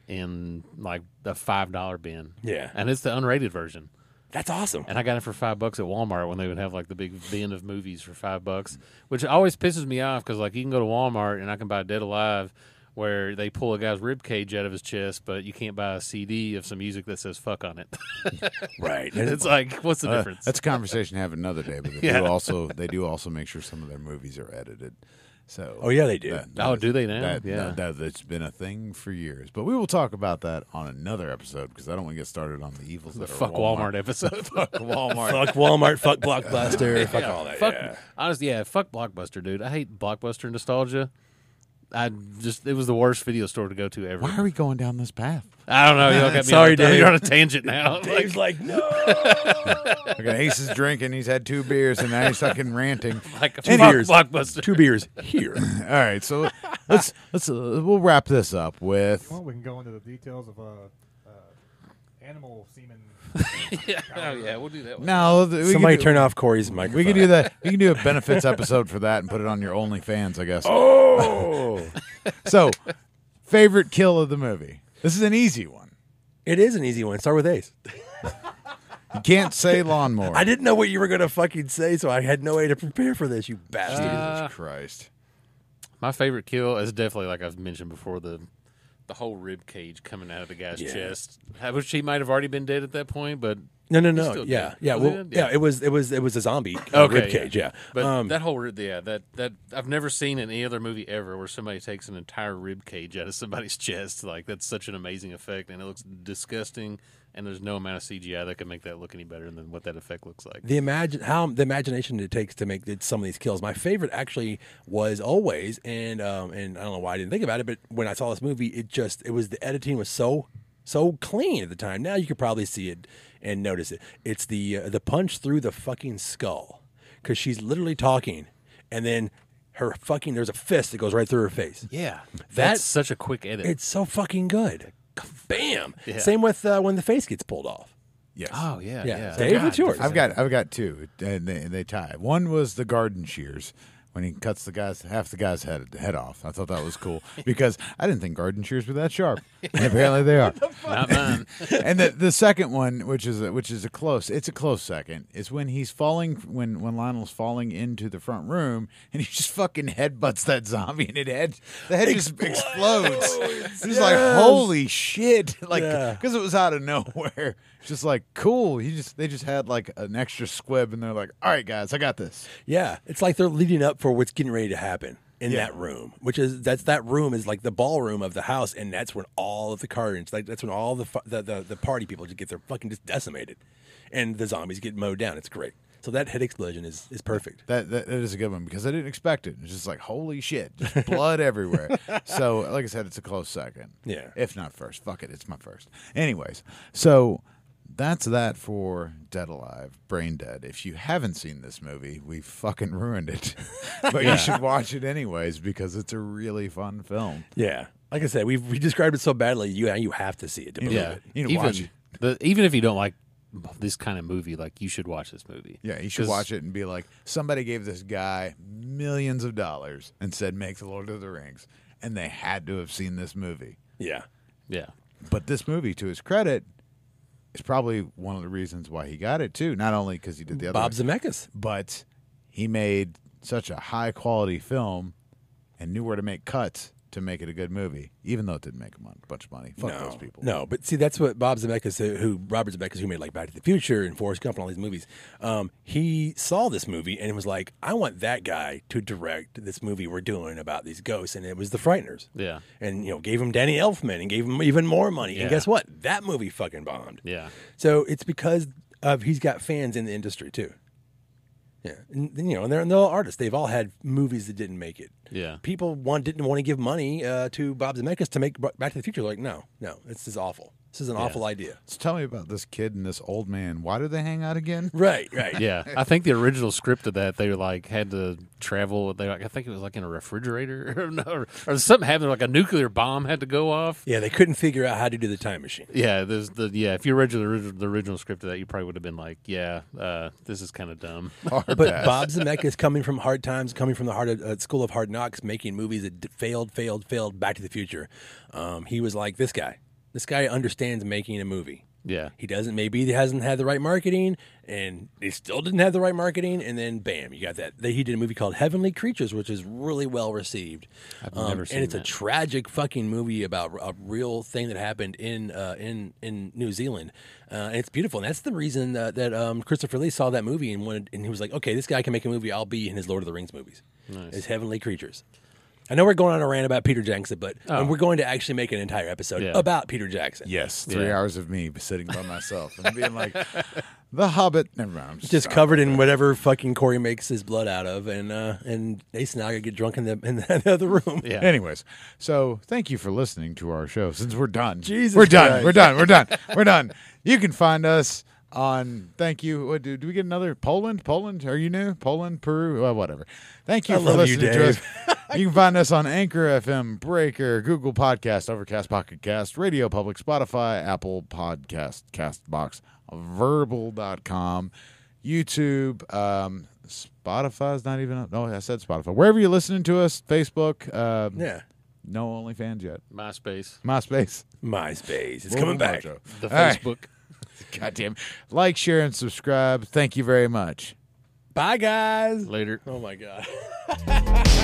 S1: in like the five dollar bin.
S2: Yeah.
S1: and it's the unrated version.
S2: That's awesome.
S1: And I got it for five bucks at Walmart when they would have like the big bin of movies for five bucks, which always pisses me off because like you can go to Walmart and I can buy Dead Alive, where they pull a guy's rib cage out of his chest, but you can't buy a CD of some music that says "fuck" on it.
S2: Right.
S1: it's like, what's the
S3: Uh,
S1: difference?
S3: That's a conversation to have another day. But they
S1: Yeah.
S3: do also they do also make sure some of their movies are edited. So
S2: Oh, yeah, they do.
S1: Oh,
S3: is-
S1: do they now?
S3: That,
S1: Yeah.
S3: that, that, that's been a thing for years. But we will talk about that on another episode because I don't want to get started on the evils
S1: the
S3: that are
S1: fuck Walmart, episode. fuck Walmart.
S2: fuck Walmart, fuck Blockbuster, fuck
S1: Yeah,
S2: all that.
S1: Fuck,
S2: yeah.
S1: Honestly, yeah, fuck Blockbuster, dude. I hate Blockbuster nostalgia. I just it was the worst video store to go to ever.
S3: Why are we going down this path?
S1: I don't know. Y'all got me
S2: Sorry,
S1: on, a-
S2: Dave.
S1: You're on a tangent now. Like,
S2: Dave's like, no.
S3: Okay, Ace is drinking. He's had two beers and now he's fucking ranting.
S1: like a
S2: Two
S1: fuck
S2: beers.
S1: Blockbuster.
S2: Two beers here.
S3: All right, so let's let's uh, we'll wrap this up with.
S4: Well, we can go into the details of uh, uh, animal semen.
S1: oh yeah, we'll do that. One.
S3: No, th- we
S2: Somebody
S3: could,
S2: turn off Corey's microphone.
S3: We can do that. We can do a benefits episode for that and put it on your OnlyFans, I guess.
S2: Oh,
S3: So, favorite kill of the movie. This is an easy one.
S2: it is an easy one. Start with Ace.
S3: You can't say lawnmower.
S2: I didn't know what you were gonna fucking say, so I had no way to prepare for this. You bastard.
S3: Jesus Christ.
S1: My favorite kill is definitely like I've mentioned before the the whole rib cage coming out of the guy's
S2: Yeah.
S1: chest. I wish he might have already been dead at that point, but
S2: no, no,
S1: He's
S2: no.
S1: still
S2: Yeah,
S1: dead.
S2: yeah,
S1: Was
S2: well,
S1: he dead?
S2: yeah.
S1: Yeah.
S2: It was, it was, it was a zombie uh,
S1: Okay,
S2: rib cage. Yeah,
S1: But
S2: um,
S1: that whole rib, yeah, that that I've never seen in any other movie ever where somebody takes an entire rib cage out of somebody's chest. Like that's such an amazing effect, and it looks disgusting. And there's no amount of CGI that can make that look any better than what that effect looks like.
S2: the imagine how the imagination it takes to make some of these kills. My favorite actually was always, and um, and I don't know why I didn't think about it, but when I saw this movie, it just it was the editing was so so clean at the time. Now you could probably see it and notice it. It's the uh, the punch through the fucking skull because she's literally talking, and then her fucking there's a fist that goes right through her face.
S1: Yeah, that's
S2: That-
S1: such a quick edit.
S2: It's so fucking good. Bam.
S1: Yeah.
S2: Same with uh, when the face gets pulled off.
S3: Yes.
S1: oh yeah,
S2: Yeah,
S1: yeah.
S2: Dave, what's yours?
S3: I've got I've got two, and they, they tie. One was the garden shears when he cuts the guy's half the guy's head head off. I thought that was cool because I didn't think garden shears were that sharp, and apparently they are.
S1: Not mine.
S3: and the, the second one, which is a, which is a close, it's a close second, is when he's falling when when Lionel's falling into the front room and he just fucking headbutts that zombie and it head the head just explodes. It's just like holy shit, like
S2: Yeah.
S3: because it was out of nowhere. Just like cool, he just they just had like an extra squib and they're like, all right guys, I got this.
S2: Yeah, it's like they're leading up for what's getting ready to happen in
S3: Yeah.
S2: that room, which is that's that room is like the ballroom of the house, and that's when all of the carnage, like that's when all the fu- the, the the party people just get their fucking just decimated, and the zombies get mowed down. It's great. So that head explosion is is perfect.
S3: That, that that is a good one because I didn't expect it. It's just like holy shit, just blood everywhere. So like I said, it's a close second.
S2: Yeah.
S3: if not first. Fuck it, it's my first. Anyways, so that's that for Dead Alive, Brain Dead. If you haven't seen this movie, we fucking ruined it, but you should watch it anyways because it's a really fun film.
S2: Yeah, like I said, we we described it so badly. You you have to see it to believe
S1: yeah,
S2: it.
S3: You need to
S1: even
S3: watch it.
S1: the, even if you don't like this kind of movie, like you should watch this movie.
S3: Yeah, you should
S1: 'Cause-
S3: watch it and be like, somebody gave this guy millions of dollars and said, make the Lord of the Rings, and they had to have seen this movie.
S2: Yeah,
S1: Yeah,
S3: But this movie, to his credit, is probably one of the reasons why he got it too. Not only because he did the other,
S2: Bob
S3: one,
S2: Zemeckis.
S3: but he made such a high quality film and knew where to make cuts to make it a good movie, even though it didn't make a mon- bunch of money. Fuck
S2: no,
S3: those people.
S2: No, but see, that's what Bob Zemeckis, uh, who Robert Zemeckis, who made like Back to the Future and Forrest Gump and all these movies, um, he saw this movie and was like, "I want that guy to direct this movie we're doing about these ghosts," and it was The Frighteners.
S1: Yeah.
S2: and you know, gave him Danny Elfman and gave him even more money.
S1: Yeah.
S2: And guess what? That movie fucking bombed.
S1: Yeah.
S2: So it's because of he's got fans in the industry too. Yeah, and you know, and they're, and they're all artists. They've all had movies that didn't make it.
S1: Yeah.
S2: people want, didn't want to give money uh, to Bob Zemeckis to make Back to the Future. Like, no, no, this is awful. This is an awful idea.
S3: So tell me about this kid and this old man. Why do they hang out again?
S2: Right, right.
S1: Yeah, I think the original script of that they were like had to travel. They like I think it was like in a refrigerator or, no, or, or something happened. Like a nuclear bomb had to go off.
S2: Yeah, they couldn't figure out how to do the time machine.
S1: Yeah, there's the yeah. If you read the original, the original script of that, you probably would have been like, yeah, uh, this is kind of dumb.
S3: Hard
S2: But
S3: pass.
S2: Bob Zemeckis, coming from hard times, coming from the hard, uh, school of hard knocks, making movies that d- failed, failed, failed, Back to the Future, um, he was like this guy. This guy understands making a movie.
S1: Yeah,
S2: He doesn't. Maybe he hasn't had the right marketing, and he still didn't have the right marketing. And then, bam, you got that. They- He did a movie called Heavenly Creatures, which is really well received. I've
S1: never seen
S2: And it's a
S1: that.
S2: tragic fucking movie about a real thing that happened in uh, in in New Zealand. Uh, and it's beautiful, and that's the reason uh, that um, Christopher Lee saw that movie and wanted, and he was like, okay, this guy can make a movie. I'll be in his Lord of the Rings movies. His Heavenly Creatures. I know we're going on a rant about Peter Jackson, but and we're going to actually make an entire episode
S1: Oh. Yeah.
S2: about Peter Jackson.
S3: yes, three
S1: Yeah.
S3: hours of me sitting by myself and being like, "The Hobbit." Never mind. I'm just,
S2: just covered in whatever fucking Corey makes his blood out of, and uh, and Ace and I get drunk in the in the other room.
S1: yeah.
S3: Anyways, so thank you for listening to our show. Since we're done,
S2: Jesus
S3: we're done.
S2: Christ.
S3: We're done. We're done. We're done. You can find us on. Thank you. What, do, do we get another Poland? Poland? Are you new? Poland, Peru, well, whatever. Thank you
S2: I
S3: for
S2: love you,
S3: listening to us. You can find us on Anchor FM, Breaker, Google Podcast, Overcast, Pocket Cast, Radio Public, Spotify, Apple Podcast, Castbox, Verbal.com, YouTube. Um, Spotify's not even up. No, I said Spotify. Wherever you're listening to us, Facebook. Um,
S2: Yeah,
S3: no OnlyFans yet.
S1: MySpace,
S3: MySpace.
S2: MySpace, it's coming back.
S1: the
S3: All right.
S1: Facebook.
S3: Goddamn. Like, share, and subscribe. Thank you very much.
S2: Bye, guys.
S1: Later.
S2: Oh my god.